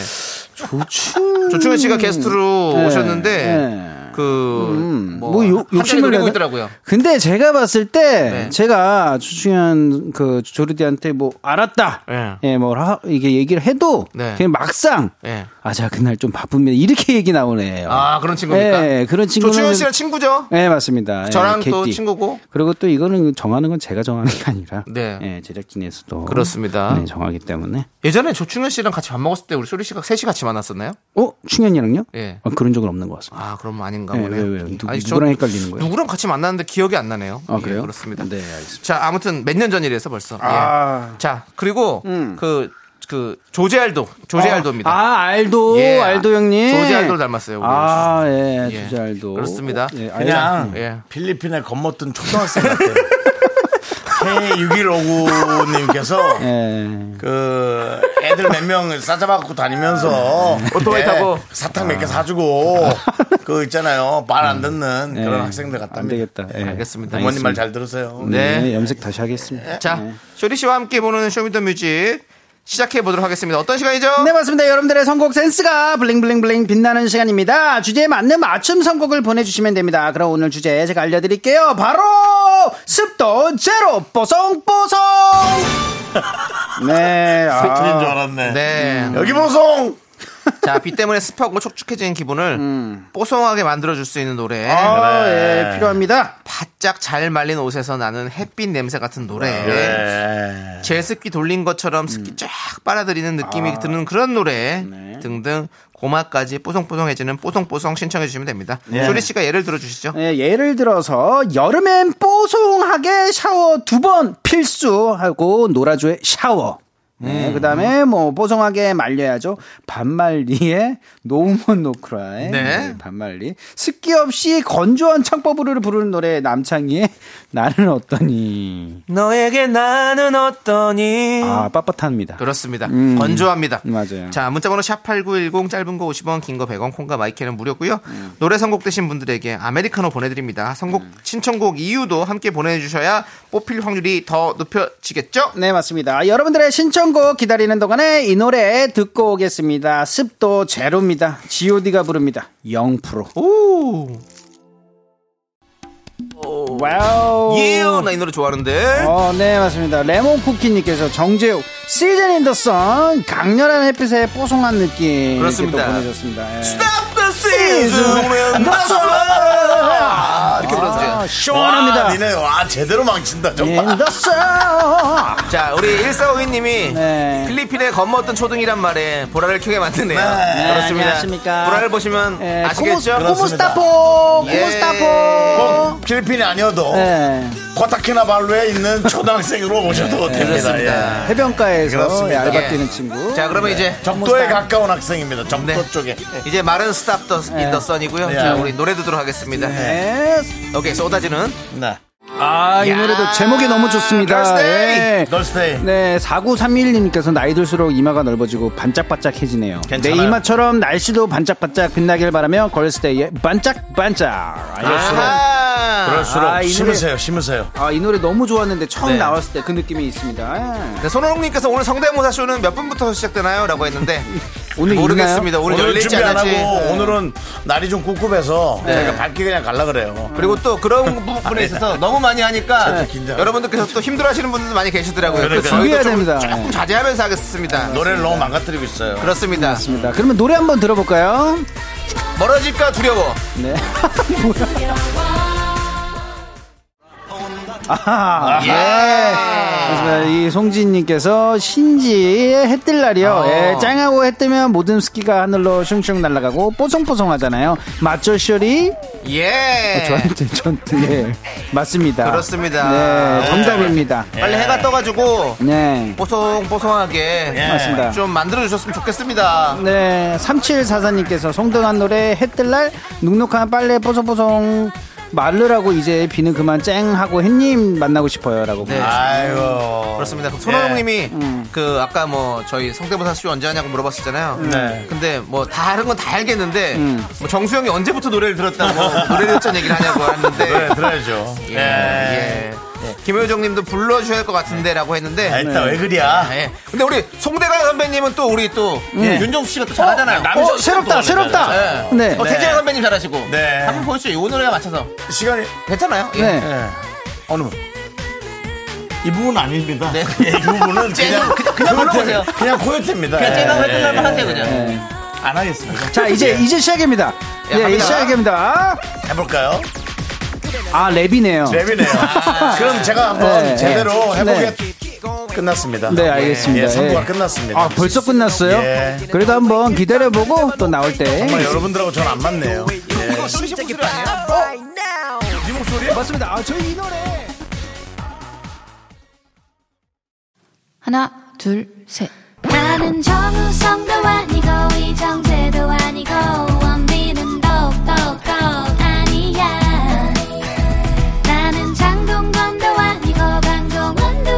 Speaker 8: 조충.
Speaker 2: 조충현 씨가 게스트로
Speaker 8: 예,
Speaker 2: 오셨는데
Speaker 8: 예.
Speaker 2: 그
Speaker 8: 음,
Speaker 2: 뭐,
Speaker 8: 뭐 욕- 욕심을
Speaker 2: 내고
Speaker 8: 내다-
Speaker 2: 있더라고요.
Speaker 8: 근데 제가 봤을 때
Speaker 2: 네.
Speaker 8: 제가 조충현 그 조르디한테 뭐 알았다.
Speaker 2: 예.
Speaker 8: 예, 뭐 하- 이게 얘기를 해도
Speaker 2: 네.
Speaker 8: 그냥 막상
Speaker 2: 예.
Speaker 8: 아 제가 그날 좀 바쁩니다. 이렇게 얘기 나오네요.
Speaker 2: 아, 그런 친구입니까?
Speaker 8: 예, 그런 친구는
Speaker 2: 조충현 씨랑 친구죠?
Speaker 8: 네 맞습니다. 예,
Speaker 2: 저랑 또
Speaker 8: 개띠.
Speaker 2: 친구고.
Speaker 8: 그리고 또 이거는 정하는 건 제가 정하는 게 아니라
Speaker 2: 네.
Speaker 8: 예, 제작진에서도
Speaker 2: 그렇습니다.
Speaker 8: 네, 정하기 때문에
Speaker 2: 예전에 조충현 씨랑 같이 밥 먹었을 때 우리 쇼리 씨가 셋이 같이 만났었나요?
Speaker 8: 어 충현이랑요?
Speaker 2: 예.
Speaker 8: 아, 그런 적은 없는 것 같습니다.
Speaker 2: 아, 그럼 아닌가
Speaker 8: 예,
Speaker 2: 보네요.
Speaker 8: 왜, 왜, 누-
Speaker 2: 아니, 저-
Speaker 8: 누구랑 헷갈리는 거예요?
Speaker 2: 누구랑 같이 만났는데 기억이 안 나네요.
Speaker 8: 아,
Speaker 2: 예,
Speaker 8: 그래요?
Speaker 2: 그렇습니다.
Speaker 8: 네 알겠습니다.
Speaker 2: 자, 아무튼 몇 년 전이래서 벌써.
Speaker 8: 아.
Speaker 2: 예. 자, 그리고 그, 그, 조제 알도, 조제 알도입니다.
Speaker 8: 음. 아 알도
Speaker 2: 예.
Speaker 8: 알도 형님.
Speaker 2: 조제 알도를 닮았어요, 우리
Speaker 8: 아 예,
Speaker 2: 예.
Speaker 8: 조제 알도.
Speaker 2: 그렇습니다.
Speaker 8: 예, 알도.
Speaker 1: 그냥
Speaker 2: 예.
Speaker 1: 필리핀에 겁먹던 초등학생 같아요. K6159님께서
Speaker 8: 예.
Speaker 1: 그 애들 몇 명 싸잡아갖고 다니면서
Speaker 2: 오토바이
Speaker 1: 예,
Speaker 2: 타고. 아.
Speaker 1: 사탕 몇 개 사주고 그 있잖아요 말 안
Speaker 2: 음.
Speaker 1: 듣는 그런 학생들
Speaker 8: 안
Speaker 1: 같답니다. 예.
Speaker 8: 되겠다.
Speaker 2: 네. 예,
Speaker 8: 예.
Speaker 2: 알겠습니다.
Speaker 1: 부모님 말 잘 들으세요.
Speaker 2: 네.
Speaker 8: 네, 염색 다시 하겠습니다.
Speaker 2: 자, 쇼리 씨와 함께 보는 쇼미더뮤직 시작해 보도록 하겠습니다. 어떤 시간이죠?
Speaker 8: 네 맞습니다. 여러분들의 선곡 센스가 블링블링블링 빛나는 시간입니다. 주제에 맞는 맞춤 선곡을 보내주시면 됩니다. 그럼 오늘 주제 제가 알려드릴게요. 바로 습도 제로 뽀송뽀송. 네.
Speaker 1: 틀린 줄
Speaker 8: 아,
Speaker 1: 알았네.
Speaker 2: 네.
Speaker 1: 여기 보송.
Speaker 2: 자, 비 때문에 습하고 촉촉해진 기분을 뽀송하게 만들어줄 수 있는 노래.
Speaker 8: 음. 아, 예, 필요합니다.
Speaker 2: 바짝 잘 말린 옷에서 나는 햇빛 냄새 같은 노래.
Speaker 1: 네.
Speaker 2: 제습기 돌린 것처럼 습기 쫙 빨아들이는 느낌이 드는 그런 노래 등등 고마까지 뽀송뽀송해지는 뽀송뽀송 신청해 주시면 됩니다. 쇼리 씨가 예를 들어 주시죠.
Speaker 8: 예, 예를 들어서 여름엔 뽀송하게 샤워 두 번 필수 하고 놀아줘의 샤워. 네, 그다음에 뭐 뽀송하게 말려야죠. 반말리에 노우먼 노크라의
Speaker 2: 네.
Speaker 8: 반말리. 습기 없이 건조한 창법으로 부르는 노래 남창희의 나는 어떠니.
Speaker 2: 너에게 나는 어떠니?
Speaker 8: 아, 빳빳합니다.
Speaker 2: 그렇습니다.
Speaker 8: 음.
Speaker 2: 건조합니다.
Speaker 8: 맞아요.
Speaker 2: 자, 문자번호 샵8910 짧은 거 50원, 긴 거 100원, 콩과 마이크는 무료고요. 노래 선곡되신 분들에게 아메리카노 보내드립니다. 선곡 신청곡 이유도 함께 보내주셔야 뽑힐 확률이 더 높여지겠죠?
Speaker 8: 네, 맞습니다. 여러분들의 신청곡 기다리는 동안에 이 노래 듣고 오겠습니다. 습도 제로입니다. GOD가 부릅니다. 0%.
Speaker 2: 오,
Speaker 8: 와우.
Speaker 2: 예요. 나 이 노래 좋아하는데.
Speaker 8: 어, 네, 맞습니다. 레몬쿠키님께서 정재욱, 시즌 인더선, 강렬한 햇빛의 뽀송한 느낌.
Speaker 2: 그렇습니다.
Speaker 8: 이렇게 또 보내줬습니다. 예.
Speaker 2: Stop the season. 아, 이렇게 불러주세요.
Speaker 8: 시원합니다.
Speaker 1: 와, 니네 와 제대로 망친다 정말.
Speaker 2: 예.
Speaker 8: 인더선!
Speaker 2: 자, 우리 1452님이
Speaker 8: 네.
Speaker 2: 필리핀에 겁먹었던 초등이란 말에 보라를 켜게 만드네요. 그렇습니다.
Speaker 8: 안녕하십니까.
Speaker 2: 보라를 보시면
Speaker 8: 예,
Speaker 2: 아시겠죠?
Speaker 8: 코모-
Speaker 1: 그렇습니다.
Speaker 8: 코모스타포!
Speaker 2: 예.
Speaker 8: 코모스타포!
Speaker 1: 뭐, 필리핀이 아니어도
Speaker 8: 네.
Speaker 1: 코타키나발루에 있는 초등학생으로 오셔도 됩니다. 예.
Speaker 2: 네, 그렇습니다.
Speaker 8: 해변가에서
Speaker 1: 그렇습니다.
Speaker 8: 알바
Speaker 2: 예.
Speaker 8: 뛰는 친구.
Speaker 2: 자, 그러면 이제
Speaker 1: 적도에 가까운 학생입니다. 적도
Speaker 2: 네.
Speaker 1: 쪽에.
Speaker 2: 이제 말은 스탑 더 인더선이고요.
Speaker 1: 네.
Speaker 2: 자, 우리 노래 듣도록 하겠습니다.
Speaker 8: 예.
Speaker 2: 오케이, 쏟아지는
Speaker 1: 네.
Speaker 8: 아, 이
Speaker 2: 야.
Speaker 8: 노래도 제목이 너무 좋습니다.
Speaker 2: 걸스데이.
Speaker 8: 예.
Speaker 1: 걸스데이.
Speaker 8: 네, 4931님께서 나이 들수록 이마가 넓어지고 반짝반짝해지네요. 내
Speaker 1: 괜찮아요.
Speaker 8: 이마처럼 날씨도 반짝반짝 빛나길 바라며 걸스데이의 반짝반짝.
Speaker 2: 아,
Speaker 8: 알겠습니다.
Speaker 2: 아하.
Speaker 1: 그럴수록
Speaker 8: 아, 이 노래-
Speaker 1: 심으세요, 심으세요.
Speaker 8: 아, 이 노래 너무 좋았는데 처음
Speaker 2: 네.
Speaker 8: 나왔을 때 그 느낌이 있습니다. 예.
Speaker 2: 네, 손호롱님께서 오늘 성대모사 쇼는 몇 분부터 시작되나요? 라고 했는데
Speaker 8: 오늘
Speaker 2: 모르겠습니다. 오늘
Speaker 1: 오늘
Speaker 2: 열릴지
Speaker 1: 준비 안 하고
Speaker 2: 안할지 네.
Speaker 1: 오늘은 날이 좀 꿉꿉해서 저희가 밝게 그냥 갈라 그래요.
Speaker 2: 그리고 또 그런
Speaker 1: 아,
Speaker 2: 부분에 있어서 너무 많이 하니까
Speaker 1: 긴장하네.
Speaker 2: 여러분들께서 또 힘들어하시는 분들 많이 계시더라고요.
Speaker 1: 그러니까요.
Speaker 2: 그래서
Speaker 1: 네.
Speaker 2: 저희도
Speaker 8: 준비해야
Speaker 2: 좀
Speaker 8: 됩니다.
Speaker 2: 조금 자제하면서 하겠습니다.
Speaker 1: 노래를 너무 망가뜨리고 있어요.
Speaker 2: 그렇습니다.
Speaker 8: 있습니다. 그러면 노래 한번 들어볼까요?
Speaker 2: 멀어질까 두려워.
Speaker 8: 네. 뭐야. 아하. 그래서 이 송진님께서 신지의 해 뜰 날이요.
Speaker 2: 아.
Speaker 8: 예, 짱하고 해 뜨면 모든 스키가 하늘로 슝슝 날아가고 뽀송뽀송하잖아요. 맞죠, 쇼리?
Speaker 2: 예.
Speaker 8: 어, 저한테 전트 예. 맞습니다.
Speaker 2: 그렇습니다.
Speaker 8: 네, 정답입니다.
Speaker 1: 예.
Speaker 2: 빨리 해가 떠가지고
Speaker 8: 네.
Speaker 2: 뽀송뽀송하게
Speaker 1: 예.
Speaker 8: 맞습니다.
Speaker 2: 좀 만들어 주셨으면 좋겠습니다.
Speaker 8: 네, 3744님께서 송등한 노래 해뜰날 눅눅한 빨래 뽀송뽀송 말르라고 이제 비는 그만 쨍 하고 햇님 만나고 싶어요라고.
Speaker 2: 네.
Speaker 1: 아, 아이고.
Speaker 2: 그렇습니다. 손호영님이
Speaker 1: 예.
Speaker 2: 그 아까 뭐 저희 성대모사 쇼 언제 하냐고 물어봤었잖아요.
Speaker 1: 네. 음.
Speaker 2: 근데 뭐 다른 건 다 알겠는데 뭐 정수영이 언제부터 노래를 들었다고 뭐 노래를 듣자는 얘기를 하냐고
Speaker 1: 노래
Speaker 2: 하는데
Speaker 1: 들어야죠. 예.
Speaker 2: 예.
Speaker 1: 네.
Speaker 2: 예. 김효정님도 불러주셔야 할 것 같은데라고 했는데
Speaker 1: 아, 일단 왜 그리야?
Speaker 2: 아, 예. 근데 우리 송대관 선배님은 또 우리 또
Speaker 1: 음. 네.
Speaker 2: 윤정수 씨가 또 잘하잖아요.
Speaker 8: 어, 새롭다,
Speaker 2: 예.
Speaker 8: 새롭다. 네.
Speaker 1: 네.
Speaker 2: 어, 태재 선배님 잘하시고.
Speaker 1: 네.
Speaker 2: 한번 보여주세요. 이 노래에 맞춰서.
Speaker 1: 시간이
Speaker 2: 괜찮아요? 예.
Speaker 8: 네.
Speaker 1: 예. 어느 분? 이 부분은 아닙니다.
Speaker 2: 네.
Speaker 1: 예, 이 부분은 그냥
Speaker 2: 그냥- 그냥 불러보세요.
Speaker 1: 그냥 고요태입니다.
Speaker 2: 그냥 제가
Speaker 1: 예,
Speaker 2: 했던
Speaker 1: 예,
Speaker 2: 말만 하세요, 그냥.
Speaker 1: 안 하겠습니다.
Speaker 8: 자, 이제 이제 시작입니다.
Speaker 2: 예,
Speaker 8: 예,
Speaker 2: 갑니다.
Speaker 8: 시작입니다.
Speaker 1: 해볼까요?
Speaker 8: 아, 랩이네요.
Speaker 1: 랩이네요. 그럼 제가 한번
Speaker 8: 아. 네.
Speaker 1: 제대로
Speaker 8: 네.
Speaker 1: 해보게 끝났습니다.
Speaker 8: 네, 알겠습니다.
Speaker 1: 예, 선거가
Speaker 8: 예.
Speaker 1: 끝났습니다.
Speaker 8: 아, 벌써 끝났어요?
Speaker 1: 예.
Speaker 8: 그래도 한번 기다려보고 또 나올 때.
Speaker 1: 정말 여러분들하고 전 안 맞네요. 예.
Speaker 8: 맞습니다. 아, 저희 이 노래.
Speaker 6: 하나, 둘, 셋.
Speaker 5: 나는 정우성도 아니고 이정재도 아니고 원빈은 더욱더 아니야 나는 장동건도 아니고 방종원도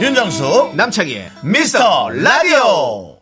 Speaker 1: 윤정수
Speaker 2: 남창희의
Speaker 1: 미스터 라디오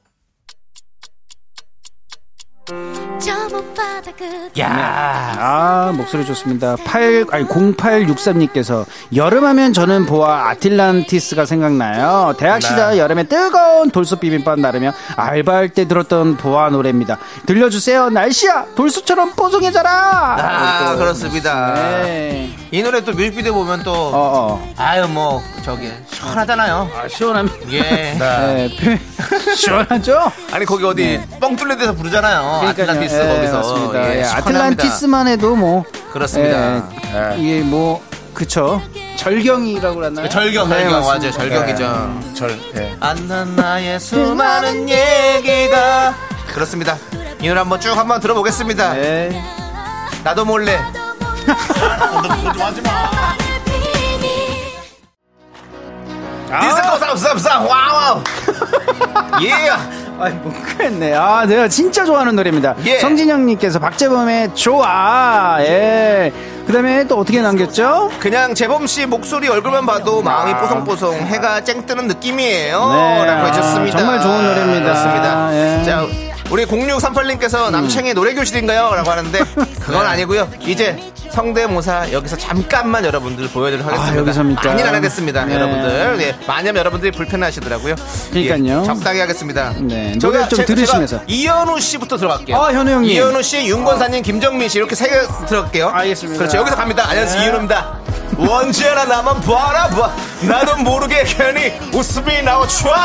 Speaker 5: 저 못 받아 그
Speaker 8: 아, 목소리 좋습니다. 8, 아니, 0863님께서 여름하면 저는 보아 아틀란티스가 생각나요. 대학 시절
Speaker 2: 네.
Speaker 8: 여름에 뜨거운 돌솥 비빔밥 나르며 알바할 때 들었던 보아 노래입니다. 들려주세요. 날씨야! 돌솥처럼 뽀송해져라!
Speaker 2: 아 그렇습니다
Speaker 8: 네.
Speaker 2: 이 노래 또 뮤직비디오 보면 또
Speaker 8: 어, 어.
Speaker 2: 아유 뭐 저기 시원하잖아요
Speaker 8: 아, 시원합니다.
Speaker 2: 예
Speaker 8: 네, 표- 시원하죠?
Speaker 2: 아니 거기 어디 뻥 뚫린 데서 부르잖아요
Speaker 8: 네. 그러니까요.
Speaker 2: 아틀란티스
Speaker 8: 예,
Speaker 2: 거기서
Speaker 8: 맞습니다.
Speaker 2: 예,
Speaker 8: 예,
Speaker 2: 시원합니다.
Speaker 8: 아틀란티스만 해도 뭐
Speaker 2: 그렇습니다
Speaker 8: 예, 이게 뭐 그쵸 절경이라고 하나요?
Speaker 2: 그 절경
Speaker 8: 네,
Speaker 2: 절경 맞아요
Speaker 8: 맞습니다.
Speaker 2: 절경이죠
Speaker 1: 절 예.
Speaker 2: 안난 나의 수많은 얘기가 그렇습니다 이 노래 한번 쭉 한번 들어보겠습니다
Speaker 8: 네.
Speaker 2: 나도 몰래 디스코 쌉쌉쌉 와우 예
Speaker 8: 아이 못했네. 아, 내가 진짜 좋아하는 노래입니다.
Speaker 2: 예.
Speaker 8: 성진영님께서 박재범의 좋아. 예. 그다음에 또 어떻게 남겼죠?
Speaker 2: 그냥 재범 씨 목소리 얼굴만 봐도 마음이 뽀송뽀송 해가 쨍 뜨는 느낌이에요.
Speaker 8: 아, 네,
Speaker 2: 라고
Speaker 8: 아,
Speaker 2: 해주셨습니다.
Speaker 8: 정말 좋은 노래입니다.
Speaker 2: 그렇습니다.
Speaker 8: 예. 음.
Speaker 2: 자, 우리 0638님께서 남창의 노래 교실인가요? 라고 하는데 그건
Speaker 8: 네.
Speaker 2: 아니고요. 이제 성대모사 여기서 잠깐만 여러분들 보여드리도록 하겠습니다.
Speaker 8: 아, 여기서입니까?
Speaker 2: 많이는 안 하겠습니다,
Speaker 8: 네.
Speaker 2: 여러분들. 예, 많이 하면 여러분들이 불편하시더라고요.
Speaker 8: 그러니까요.
Speaker 2: 예, 적당히 하겠습니다.
Speaker 8: 네, 노래 좀 들으시면서.
Speaker 2: 이현우 씨부터 들어갈게요.
Speaker 8: 아, 현우 형님.
Speaker 2: 이현우 씨, 윤권사님, 김정민 씨 이렇게 세 개 들어갈게요.
Speaker 8: 알겠습니다. 네.
Speaker 2: 그렇죠. 여기서 갑니다. 안녕하세요. 이윤우입니다. 언제나 나만 바라봐. 나도 모르게 괜히 웃음이 나와 좋아.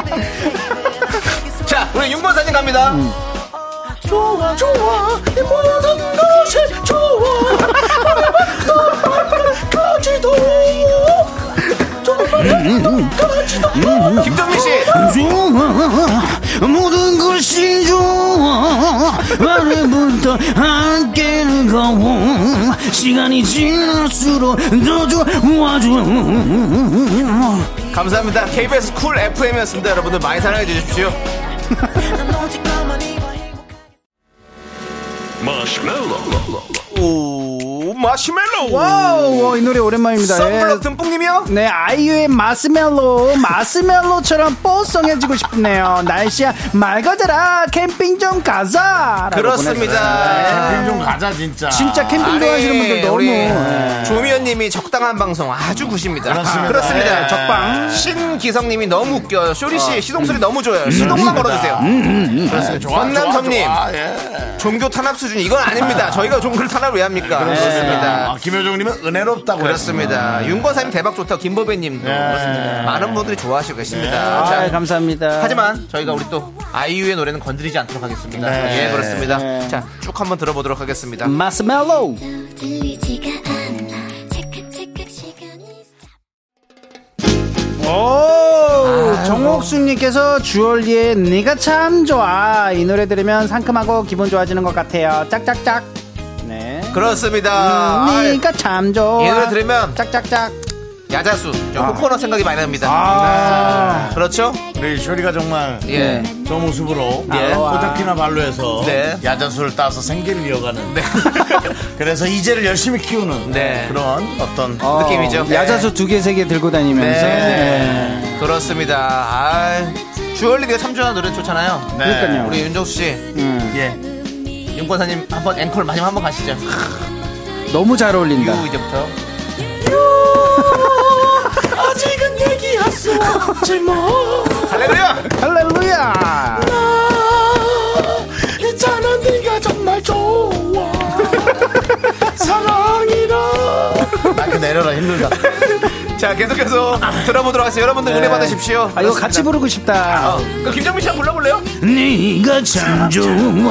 Speaker 2: 자, 우리 윤권사님 갑니다.
Speaker 8: 음.
Speaker 2: 좋아, 좋아. 이 모든 것이 좋아. 바라봤던
Speaker 8: 음,
Speaker 2: 것까지도. 김정민 씨.
Speaker 8: 좋아. 모든 것이 좋아. 아래부터 함께는 거워. 시간이 지날수록 더 좋아 좋아.
Speaker 2: 감사합니다. KBS 쿨 FM이었습니다. 여러분들 많이 사랑해 주십시오.
Speaker 9: 마시멜로
Speaker 2: 오, 마시멜로.
Speaker 8: 어, 와우, 와, 이 노래 오랜만입니다.
Speaker 2: 썬블럭
Speaker 8: 예.
Speaker 2: 듬뿍님이요?
Speaker 8: 네, 아이유의 마스멜로, 마스멜로처럼 뽀송해지고 싶네요. 날씨야, 맑아져라, 캠핑 좀 가자! 라고 보내주셨어요.
Speaker 2: 그렇습니다.
Speaker 1: 좀 가자 진짜
Speaker 8: 진짜 캠핑 좋아하시는 분들 너무. 예.
Speaker 2: 조미연님이 적당한 방송 아주 굿입니다.
Speaker 1: 그렇습니다. 예.
Speaker 2: 적방. 신기성님이 너무 웃겨요. 쇼리 씨 시동 소리 너무 좋아요. 시동만 걸어주세요.
Speaker 8: 네.
Speaker 2: 그렇습니다. 권남섭님
Speaker 1: 아, 예.
Speaker 2: 종교 탄압 수준 이건 아닙니다. 저희가 종교를 탄압 왜 합니까?
Speaker 8: 네.
Speaker 2: 그렇습니다.
Speaker 1: 아, 김효정님은 은혜롭다고
Speaker 2: 그렇습니다. 윤건사님 대박 좋다. 김보배님도 그렇습니다. 많은 분들이 좋아하시고 계십니다. 자,
Speaker 8: 아, 감사합니다.
Speaker 2: 하지만 저희가 우리 또 아이유의 노래는 건드리지 않도록 하겠습니다.
Speaker 1: 네.
Speaker 2: 예, 그렇습니다.
Speaker 8: 네. 음.
Speaker 2: 자, 쭉 한번 들어보도록 하겠습니다.
Speaker 8: 마스멜로!
Speaker 5: 들리지가 않아 체크체크 시간이
Speaker 8: 오! 아. 정옥수님께서 주얼리의 네가 참 좋아. 이 노래 들으면 상큼하고 기분 좋아지는 것 같아요. 짝짝짝. 네.
Speaker 2: 그렇습니다. 아,
Speaker 8: 네가 참 좋아.
Speaker 2: 이 노래 들으면
Speaker 8: 짝짝짝.
Speaker 2: 야자수, 저
Speaker 8: 아.
Speaker 2: 코코넛 생각이 많이 납니다.
Speaker 1: 아.
Speaker 2: 그렇죠?
Speaker 1: 우리 쇼리가 정말
Speaker 2: 예.
Speaker 1: 저 모습으로
Speaker 2: 예.
Speaker 1: 코타키나 발로에서
Speaker 2: 네.
Speaker 1: 야자수를 따서 생계를 이어가는
Speaker 8: 네.
Speaker 1: 그래서 이제를 열심히 키우는
Speaker 2: 네.
Speaker 1: 그런 어떤
Speaker 8: 어,
Speaker 2: 느낌이죠.
Speaker 8: 야자수 두 개, 세 개 들고 다니면서.
Speaker 2: 네. 그렇습니다. 아, 주얼리 네가 참 좋아하는 노래 좋잖아요.
Speaker 8: 네. 그러니까요.
Speaker 2: 우리 윤정수 씨,
Speaker 8: 음,
Speaker 1: 네. 예.
Speaker 2: 윤권사님 한번 앵콜 마지막 한번 가시죠.
Speaker 8: 너무 잘
Speaker 2: 유
Speaker 8: 어울린다.
Speaker 2: 이제부터.
Speaker 1: 아직은 얘기할 수 없지 뭐.
Speaker 2: 할렐루야!
Speaker 8: 할렐루야!
Speaker 1: 있잖아 네가 정말 좋아 사랑이라 마이크 내려라 힘들다
Speaker 2: 자, 계속해서 들어보도록 하세요. 여러분들 은혜 받으십시오.
Speaker 8: 아, 이거 같이 부르고 싶다.
Speaker 2: 어, 그 김정민 씨 한번 불러볼래요?
Speaker 8: 네가 참 좋아.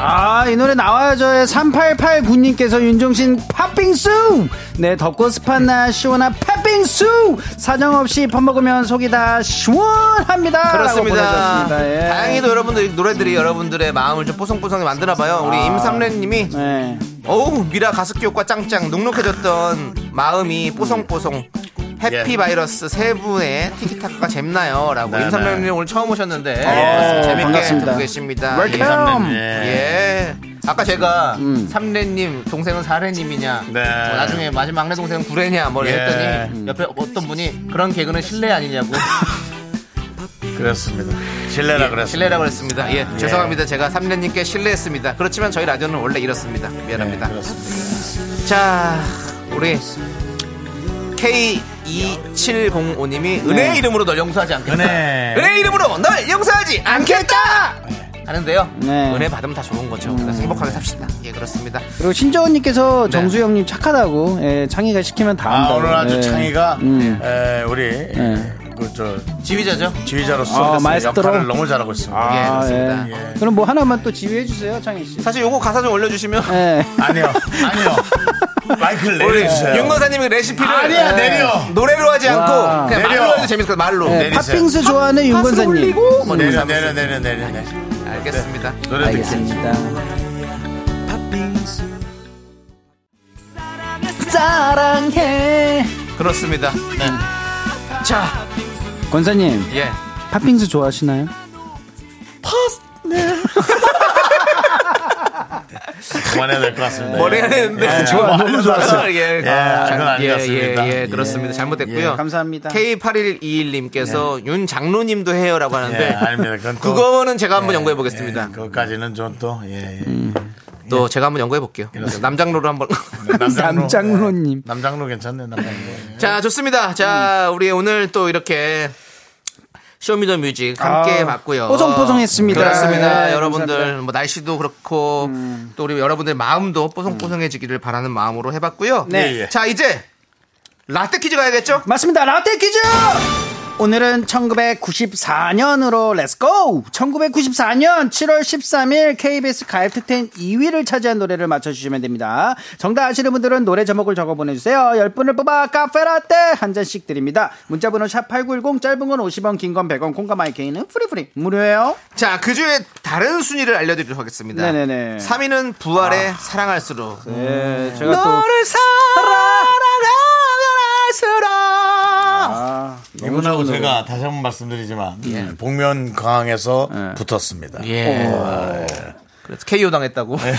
Speaker 8: 아, 이 노래 나와야죠. 3889님께서 윤종신 팥빙수! 네, 덥고 습한 날 시원한 팥빙수! 사정없이 밥 먹으면 속이 다 시원합니다! 라고
Speaker 2: 그렇습니다.
Speaker 8: 아, 보내주셨습니다. 예.
Speaker 2: 다행히도 여러분들 이 노래들이 여러분들의 마음을 좀 뽀송뽀송하게 만드나봐요.
Speaker 8: 아.
Speaker 2: 우리 임삼래님이
Speaker 8: 네.
Speaker 2: 어우 미라 가습기 효과 짱짱 눅눅해졌던 마음이 뽀송뽀송 해피
Speaker 1: 예.
Speaker 2: 바이러스 세 분의 티키타카가 잼나요라고
Speaker 1: 네,
Speaker 2: 임삼래님 오늘 처음 오셨는데
Speaker 8: 예.
Speaker 2: 재밌게 예.
Speaker 8: 반갑습니다.
Speaker 2: 듣고 계십니다.
Speaker 8: 웰컴!
Speaker 2: 예. 예. 아까 제가
Speaker 8: 음.
Speaker 2: 삼례님 동생은 사례님이냐
Speaker 1: 네.
Speaker 2: 뭐 나중에 마지막 막내 동생은 구례냐 뭐
Speaker 1: 예.
Speaker 2: 했더니 옆에 어떤 분이 그런 개그는 실례 아니냐고
Speaker 1: 예. 그렇습니다. 실례라
Speaker 2: 예,
Speaker 1: 그랬습니다.
Speaker 2: 실례라고 그랬습니다. 예,
Speaker 1: 예.
Speaker 2: 죄송합니다. 제가 삼례님께 실례했습니다. 그렇지만 저희 라디오는 원래 이렇습니다. 미안합니다.
Speaker 1: 네, 그렇습니다.
Speaker 2: 자, 우리 K2705님이 은혜 이름으로 널 용서하지 않겠다.
Speaker 1: 네. 은혜.
Speaker 2: 의 이름으로 널 용서하지 않겠다! 하는데요.
Speaker 8: 네. 음.
Speaker 2: 은혜 받으면 다 좋은 거죠. 그래서 행복하게 삽시다. 예, 그렇습니다.
Speaker 8: 그리고 신정원님께서 정수영님 착하다고 예, 창희가 시키면 다
Speaker 1: 아,
Speaker 8: 한다고.
Speaker 1: 오늘 아주
Speaker 2: 네.
Speaker 8: 예.
Speaker 1: 창의가
Speaker 8: 음.
Speaker 1: 에, 우리 그저
Speaker 2: 지휘자죠?
Speaker 1: 지휘자로서
Speaker 8: 아, 마에스트로.
Speaker 1: 역할을 너무 잘하고 있습니다.
Speaker 2: 예,
Speaker 8: 아,
Speaker 2: 그렇습니다.
Speaker 8: 예. 그럼 뭐 하나만 또 지휘해 주세요, 창희 씨.
Speaker 2: 사실 요거 가사 좀 올려주시면.
Speaker 8: 예.
Speaker 1: 아니요, 아니요. 마이크를
Speaker 2: 우리
Speaker 1: 내려주세요.
Speaker 2: 윤건사님이 레시피를
Speaker 1: 네.
Speaker 2: 네,
Speaker 1: 아니야, 내려.
Speaker 2: 노래로 하지 않고
Speaker 8: 와.
Speaker 2: 그냥
Speaker 1: 내려.
Speaker 2: 말로 해도 재밌을 것 같아요. 말로.
Speaker 8: 예,
Speaker 1: 내리세요.
Speaker 8: 팥빙수 좋아하는 윤건사님.
Speaker 1: 뭐 내려, 내려, 내려, 내려, 내려.
Speaker 2: 네. 알겠습니다.
Speaker 1: 네. 노래 듣기.
Speaker 8: 알겠습니다. 사랑해.
Speaker 2: 그렇습니다.
Speaker 1: 네.
Speaker 2: 자,
Speaker 8: 권사님,
Speaker 2: 예.
Speaker 8: 팥빙수 좋아하시나요?
Speaker 1: 그만해야 될 것 같습니다.
Speaker 2: 머리 해야 되는데.
Speaker 1: 예,
Speaker 2: 좋아,
Speaker 1: 뭐
Speaker 2: 너무
Speaker 1: 하려고
Speaker 2: 좋았어요.
Speaker 1: 하죠.
Speaker 2: 예,
Speaker 1: 예, 그건 아니었습니다.
Speaker 2: 예, 예, 그렇습니다. 잘못됐고요.
Speaker 1: 예,
Speaker 8: 감사합니다.
Speaker 2: K8121님께서 윤 장로님도 해요라고 하는데
Speaker 1: 예, 아닙니다. 그건 또-
Speaker 2: 그거는 제가 한번
Speaker 1: 예,
Speaker 2: 연구해 보겠습니다. 음.
Speaker 1: 예, 그것까지는 좀 또, 예, 네, 예.
Speaker 2: 또 제가 한번 연구해 볼게요. 남장로로 한번.
Speaker 1: 남장로.
Speaker 8: 남장로님.
Speaker 1: 예, 남장로 괜찮네, 남장로. 예.
Speaker 2: 자, 좋습니다.
Speaker 8: 음.
Speaker 2: 자, 우리 오늘 또 이렇게 쇼미더뮤직 함께
Speaker 8: 아,
Speaker 2: 봤고요.
Speaker 8: 뽀송뽀송했습니다.
Speaker 2: 그렇습니다.
Speaker 8: 네,
Speaker 2: 여러분들
Speaker 8: 감사합니다. 음.
Speaker 2: 뭐 날씨도 그렇고 또 우리 여러분들 마음도 뽀송뽀송해지기를 바라는 마음으로 해봤고요.
Speaker 8: 네.
Speaker 1: 예, 예.
Speaker 2: 자, 이제 라떼 퀴즈 가야겠죠?
Speaker 8: 맞습니다. 라떼 퀴즈! 오늘은 1994년으로 렛츠고! 1994년 7월 13일 KBS 가입특텐 2위를 차지한 노래를 맞춰주시면 됩니다. 정답 아시는 분들은 노래 제목을 적어 보내주세요. 10분을 뽑아 카페라떼 한 잔씩 드립니다. 문자번호 샵8910 짧은 건 50원, 긴 건 100원, 콩과 마이케이는 프리프리. 무료예요.
Speaker 2: 자, 그 중에 다른 순위를 알려드리도록 하겠습니다.
Speaker 8: 네네네. 아.
Speaker 2: 3위는 부활의 사랑할수록.
Speaker 8: 네, 제가 또.
Speaker 2: 너를 사랑하면 할수록.
Speaker 8: 아,
Speaker 1: 이분하고 제가 다시 한 번 말씀드리지만 음, 복면 강항에서 붙었습니다.
Speaker 2: 예.
Speaker 8: 어.
Speaker 2: 그래서 KO 당했다고.
Speaker 8: 네.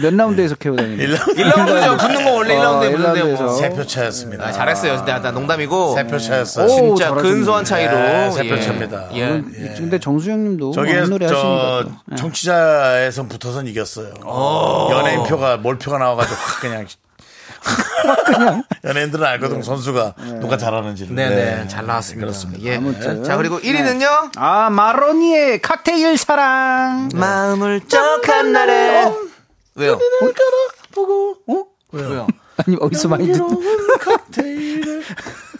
Speaker 8: 몇 라운드에서 캐고 다니는
Speaker 2: 1라운드죠. 붙는 거 원래 1라운드에
Speaker 8: 어,
Speaker 2: 붙는데
Speaker 8: 일라운드에서.
Speaker 2: 뭐.
Speaker 1: 세 표 차였습니다.
Speaker 2: 아, 잘했어요. 진짜 나 농담이고.
Speaker 1: 세 표 차였어요.
Speaker 8: 오,
Speaker 2: 진짜
Speaker 8: 잘하셨네.
Speaker 2: 근소한 차이로.
Speaker 1: 예, 세표
Speaker 2: 예.
Speaker 1: 차입니다.
Speaker 2: 예.
Speaker 8: 근데 정수영 님도
Speaker 1: 저게
Speaker 8: 노래 하시는 예.
Speaker 1: 저 청취자에선 붙어선 이겼어요. 연예인 표가 몰표가 나와가지고 확 그냥 연예인들은 알거든 선수가 누가 잘하는지를.
Speaker 2: 네네.
Speaker 1: 네.
Speaker 2: 잘 나왔습니다.
Speaker 1: 그렇습니다.
Speaker 2: 예.
Speaker 8: 아무튼.
Speaker 2: 자, 그리고 1위는요.
Speaker 8: 아 마로니의 칵테일 사랑
Speaker 2: 마음을 쩍한 날에.
Speaker 8: 어?
Speaker 2: 왜요?
Speaker 1: 왜요?
Speaker 8: 아니 어디서 많이 듣
Speaker 1: 칵테일을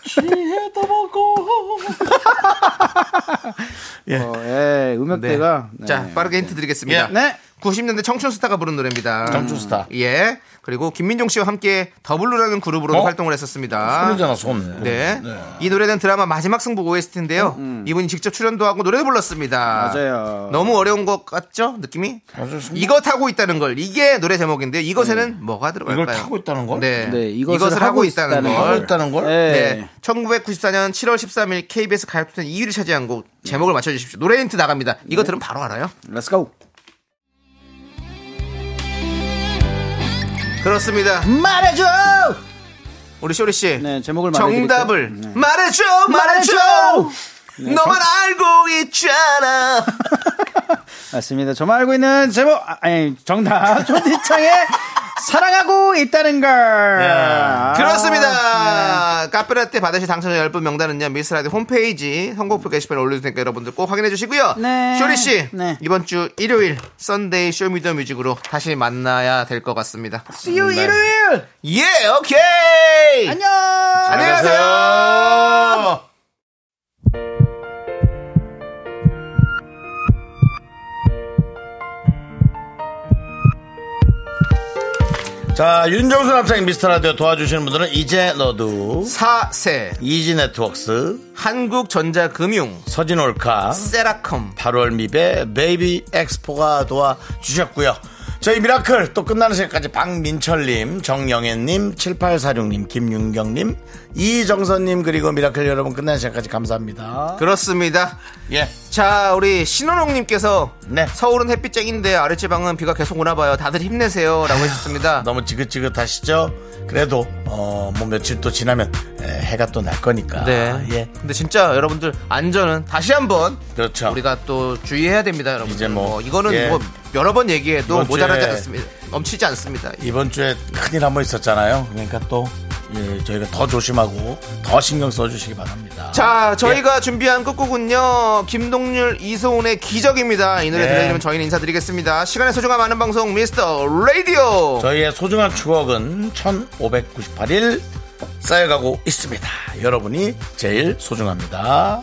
Speaker 1: 취해다 먹고.
Speaker 8: 어, 예, 음역대가 네.
Speaker 2: 자, 빠르게 힌트 드리겠습니다.
Speaker 1: 예.
Speaker 8: 네.
Speaker 2: 90년대 청춘 스타가 부른 노래입니다.
Speaker 1: 청춘스타.
Speaker 2: 예. 그리고 김민종 씨와 함께 더블루라는 그룹으로도
Speaker 1: 어?
Speaker 2: 활동을 했었습니다.
Speaker 1: 손이잖아 손.
Speaker 2: 네. 이 노래는 드라마 마지막 승부 OST인데요. 이분이 직접 출연도 하고 노래도 불렀습니다.
Speaker 8: 음, 맞아요.
Speaker 2: 너무 어려운 것 같죠? 느낌이?
Speaker 1: 맞아요.
Speaker 2: 이것 하고 있다는 걸. 이게 노래 제목인데요. 이것에는 뭐가 들어갈까요?
Speaker 1: 이걸 타고 있다는 걸?
Speaker 2: 네.
Speaker 8: 네,
Speaker 2: 이것을,
Speaker 8: 이것을
Speaker 2: 하고
Speaker 8: 하고
Speaker 2: 있다는
Speaker 8: 있다는
Speaker 2: 걸.
Speaker 1: 하고 있다는 걸?
Speaker 8: 예.
Speaker 2: 네. 1994년 7월 13일 KBS 가요톱텐 2위를 차지한 곡 제목을 맞춰 주십시오. 노래 힌트 나갑니다.
Speaker 8: 네.
Speaker 2: 이거 들으면 바로 알아요.
Speaker 8: Let's go.
Speaker 2: 그렇습니다.
Speaker 8: 말해줘.
Speaker 2: 우리 쇼리 씨.
Speaker 8: 네, 제목을 말해드릴게요.
Speaker 2: 정답을
Speaker 8: 네.
Speaker 2: 말해줘 말해줘
Speaker 8: 말해줘! 네.
Speaker 2: 너만 알고 있잖아
Speaker 8: 맞습니다. 저만 알고 있는 제목 아, 아니 정답 조디창의 사랑하고 있다는 걸. 아, 네.
Speaker 2: 그렇습니다 카페라떼 받으실 당첨자 10분 명단은요 미스라디 홈페이지 선곡표 게시판에 올려둘 테니까 여러분들 꼭 확인해 주시고요
Speaker 8: 네.
Speaker 2: 쇼리 씨
Speaker 8: 네.
Speaker 2: 이번 주 일요일 썬데이 쇼미더뮤직으로 다시 만나야 될 것 같습니다 네.
Speaker 8: See you 일요일.
Speaker 2: 예 오케이
Speaker 8: 안녕.
Speaker 2: 안녕히 가세요
Speaker 1: 자, 윤정수 남창 미스터 라디오 도와주시는 분들은 이제 너도
Speaker 2: 4세
Speaker 1: 이지 네트웍스
Speaker 2: 한국전자금융
Speaker 1: 서진 올카
Speaker 2: 세라컴
Speaker 1: 8월 미배 베이비 엑스포가 도와주셨고요. 저희 미라클 또 끝나는 시간까지 박민철님, 정영애님, 7846님, 김윤경님, 이정선님 그리고 미라클 여러분 끝나는 시간까지 감사합니다.
Speaker 2: 그렇습니다.
Speaker 1: 예.
Speaker 2: 자, 우리 신원홍님께서
Speaker 1: 네.
Speaker 2: 서울은 햇빛 쨍인데 아랫지방은 비가 계속 오나 봐요. 다들 힘내세요라고 하셨습니다.
Speaker 1: 너무 지긋지긋하시죠? 그래도 어, 뭐 며칠 또 지나면 에, 해가 또 날 거니까.
Speaker 2: 네.
Speaker 1: 예.
Speaker 2: 근데 진짜 여러분들 안전은 다시 한번
Speaker 1: 그렇죠.
Speaker 2: 우리가 또 주의해야 됩니다, 여러분.
Speaker 1: 이제 뭐,
Speaker 2: 이거는
Speaker 1: 예.
Speaker 2: 뭐 여러 번 얘기해도
Speaker 1: 이번
Speaker 2: 모자라지
Speaker 1: 주에
Speaker 2: 않습니다. 넘치지 않습니다. 예.
Speaker 1: 이번 주에 큰일 한 번 있었잖아요. 그러니까 또 예, 저희가 더 조심하고 더 신경 써주시기 바랍니다.
Speaker 2: 자, 저희가 준비한 끝곡은요. 김동률, 이소은의 기적입니다. 이 노래
Speaker 1: 네.
Speaker 2: 들려주면 저희는 인사드리겠습니다. 시간의 소중함 아는 방송 미스터 라디오.
Speaker 1: 저희의 소중한 추억은 1598일 쌓여가고 있습니다. 여러분이 제일 소중합니다.